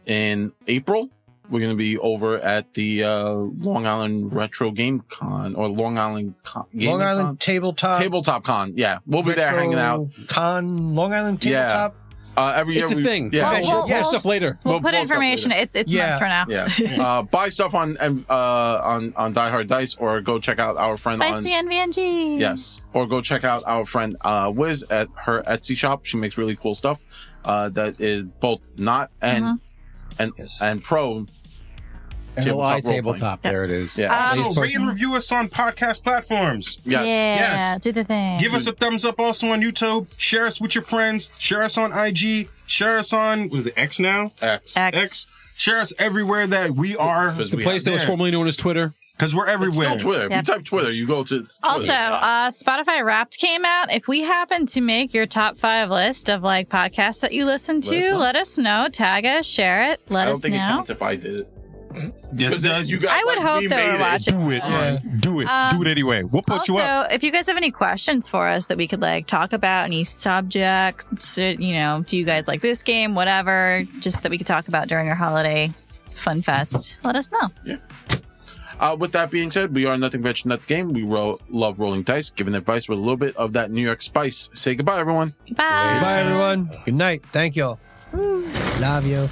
S5: in April. We're going to be over at the uh, Long Island Retro Game Con or Long Island Con, Gaming
S3: Long Island tabletop.
S5: Con? Tabletop Con. Yeah, we'll be there hanging out.
S3: Retro Con, Long Island
S5: Yeah.
S3: tabletop.
S5: Uh, every year
S2: It's a
S5: we-
S2: thing.
S5: Yeah,
S1: Well, well,
S2: yeah,
S1: well-
S2: stuff later.
S1: We'll,
S5: We'll
S1: put
S5: post up
S1: information. It's it's
S3: Yeah.
S1: months from now.
S5: Yeah. uh, buy stuff on um, uh, on on Die Hard Dice or go check out our friend on
S1: Spicy NVNG.
S5: yes or go check out our friend uh, Wiz at her Etsy shop. She makes really cool stuff uh, that is both not and
S1: Mhm.
S5: and
S3: Yes.
S5: and pro.
S2: LI
S5: Tabletop role
S2: tabletop. There it is.
S5: Yeah.
S1: Um,
S4: Also, rate and review us on podcast platforms.
S5: Yes.
S1: Yeah.
S4: Yes.
S1: Do the thing.
S4: Give us a thumbs up also on YouTube. Share us with your friends. Share us on IG. Share us on, what is it, X now?
S5: X.
S1: X.
S4: X. Share us everywhere that we are.
S5: Because
S2: The
S5: we
S2: place
S5: have-
S2: that was
S4: there.
S2: formerly known as Twitter.
S4: Because we're
S5: It's
S4: everywhere.
S5: still Twitter. If
S1: Yeah.
S5: you type Twitter, you go to Twitter.
S1: Also, uh, Spotify Wrapped came out. If we happen to make your top five list of like podcasts that you listen to,
S5: Let us
S1: let us
S5: know.
S1: know. Tag us, share it. Let
S5: I don't
S1: us
S5: think it
S1: know.
S5: counts if I did it.
S4: Yes,
S5: 'Cause then
S4: does.
S5: you guys,
S1: I would
S5: like,
S1: hope
S5: we
S1: they
S5: made
S1: were
S5: it.
S1: watching.
S4: do it, man. Do it.
S1: Um,
S4: do it anyway. We'll put
S1: also,
S4: you up.
S1: if you guys have any questions for us that we could like talk about, any subjects, uh, you know, do you guys like this game, whatever, just that we could talk about during our holiday fun fest, let us know.
S5: Uh, with that being said, we are Nothing Venture, Not the Game. We ro- love rolling dice, giving advice with a little bit of that New York spice. Say goodbye, everyone.
S1: Bye.
S3: Bye, everyone. Good night. Thank y'all. Love you.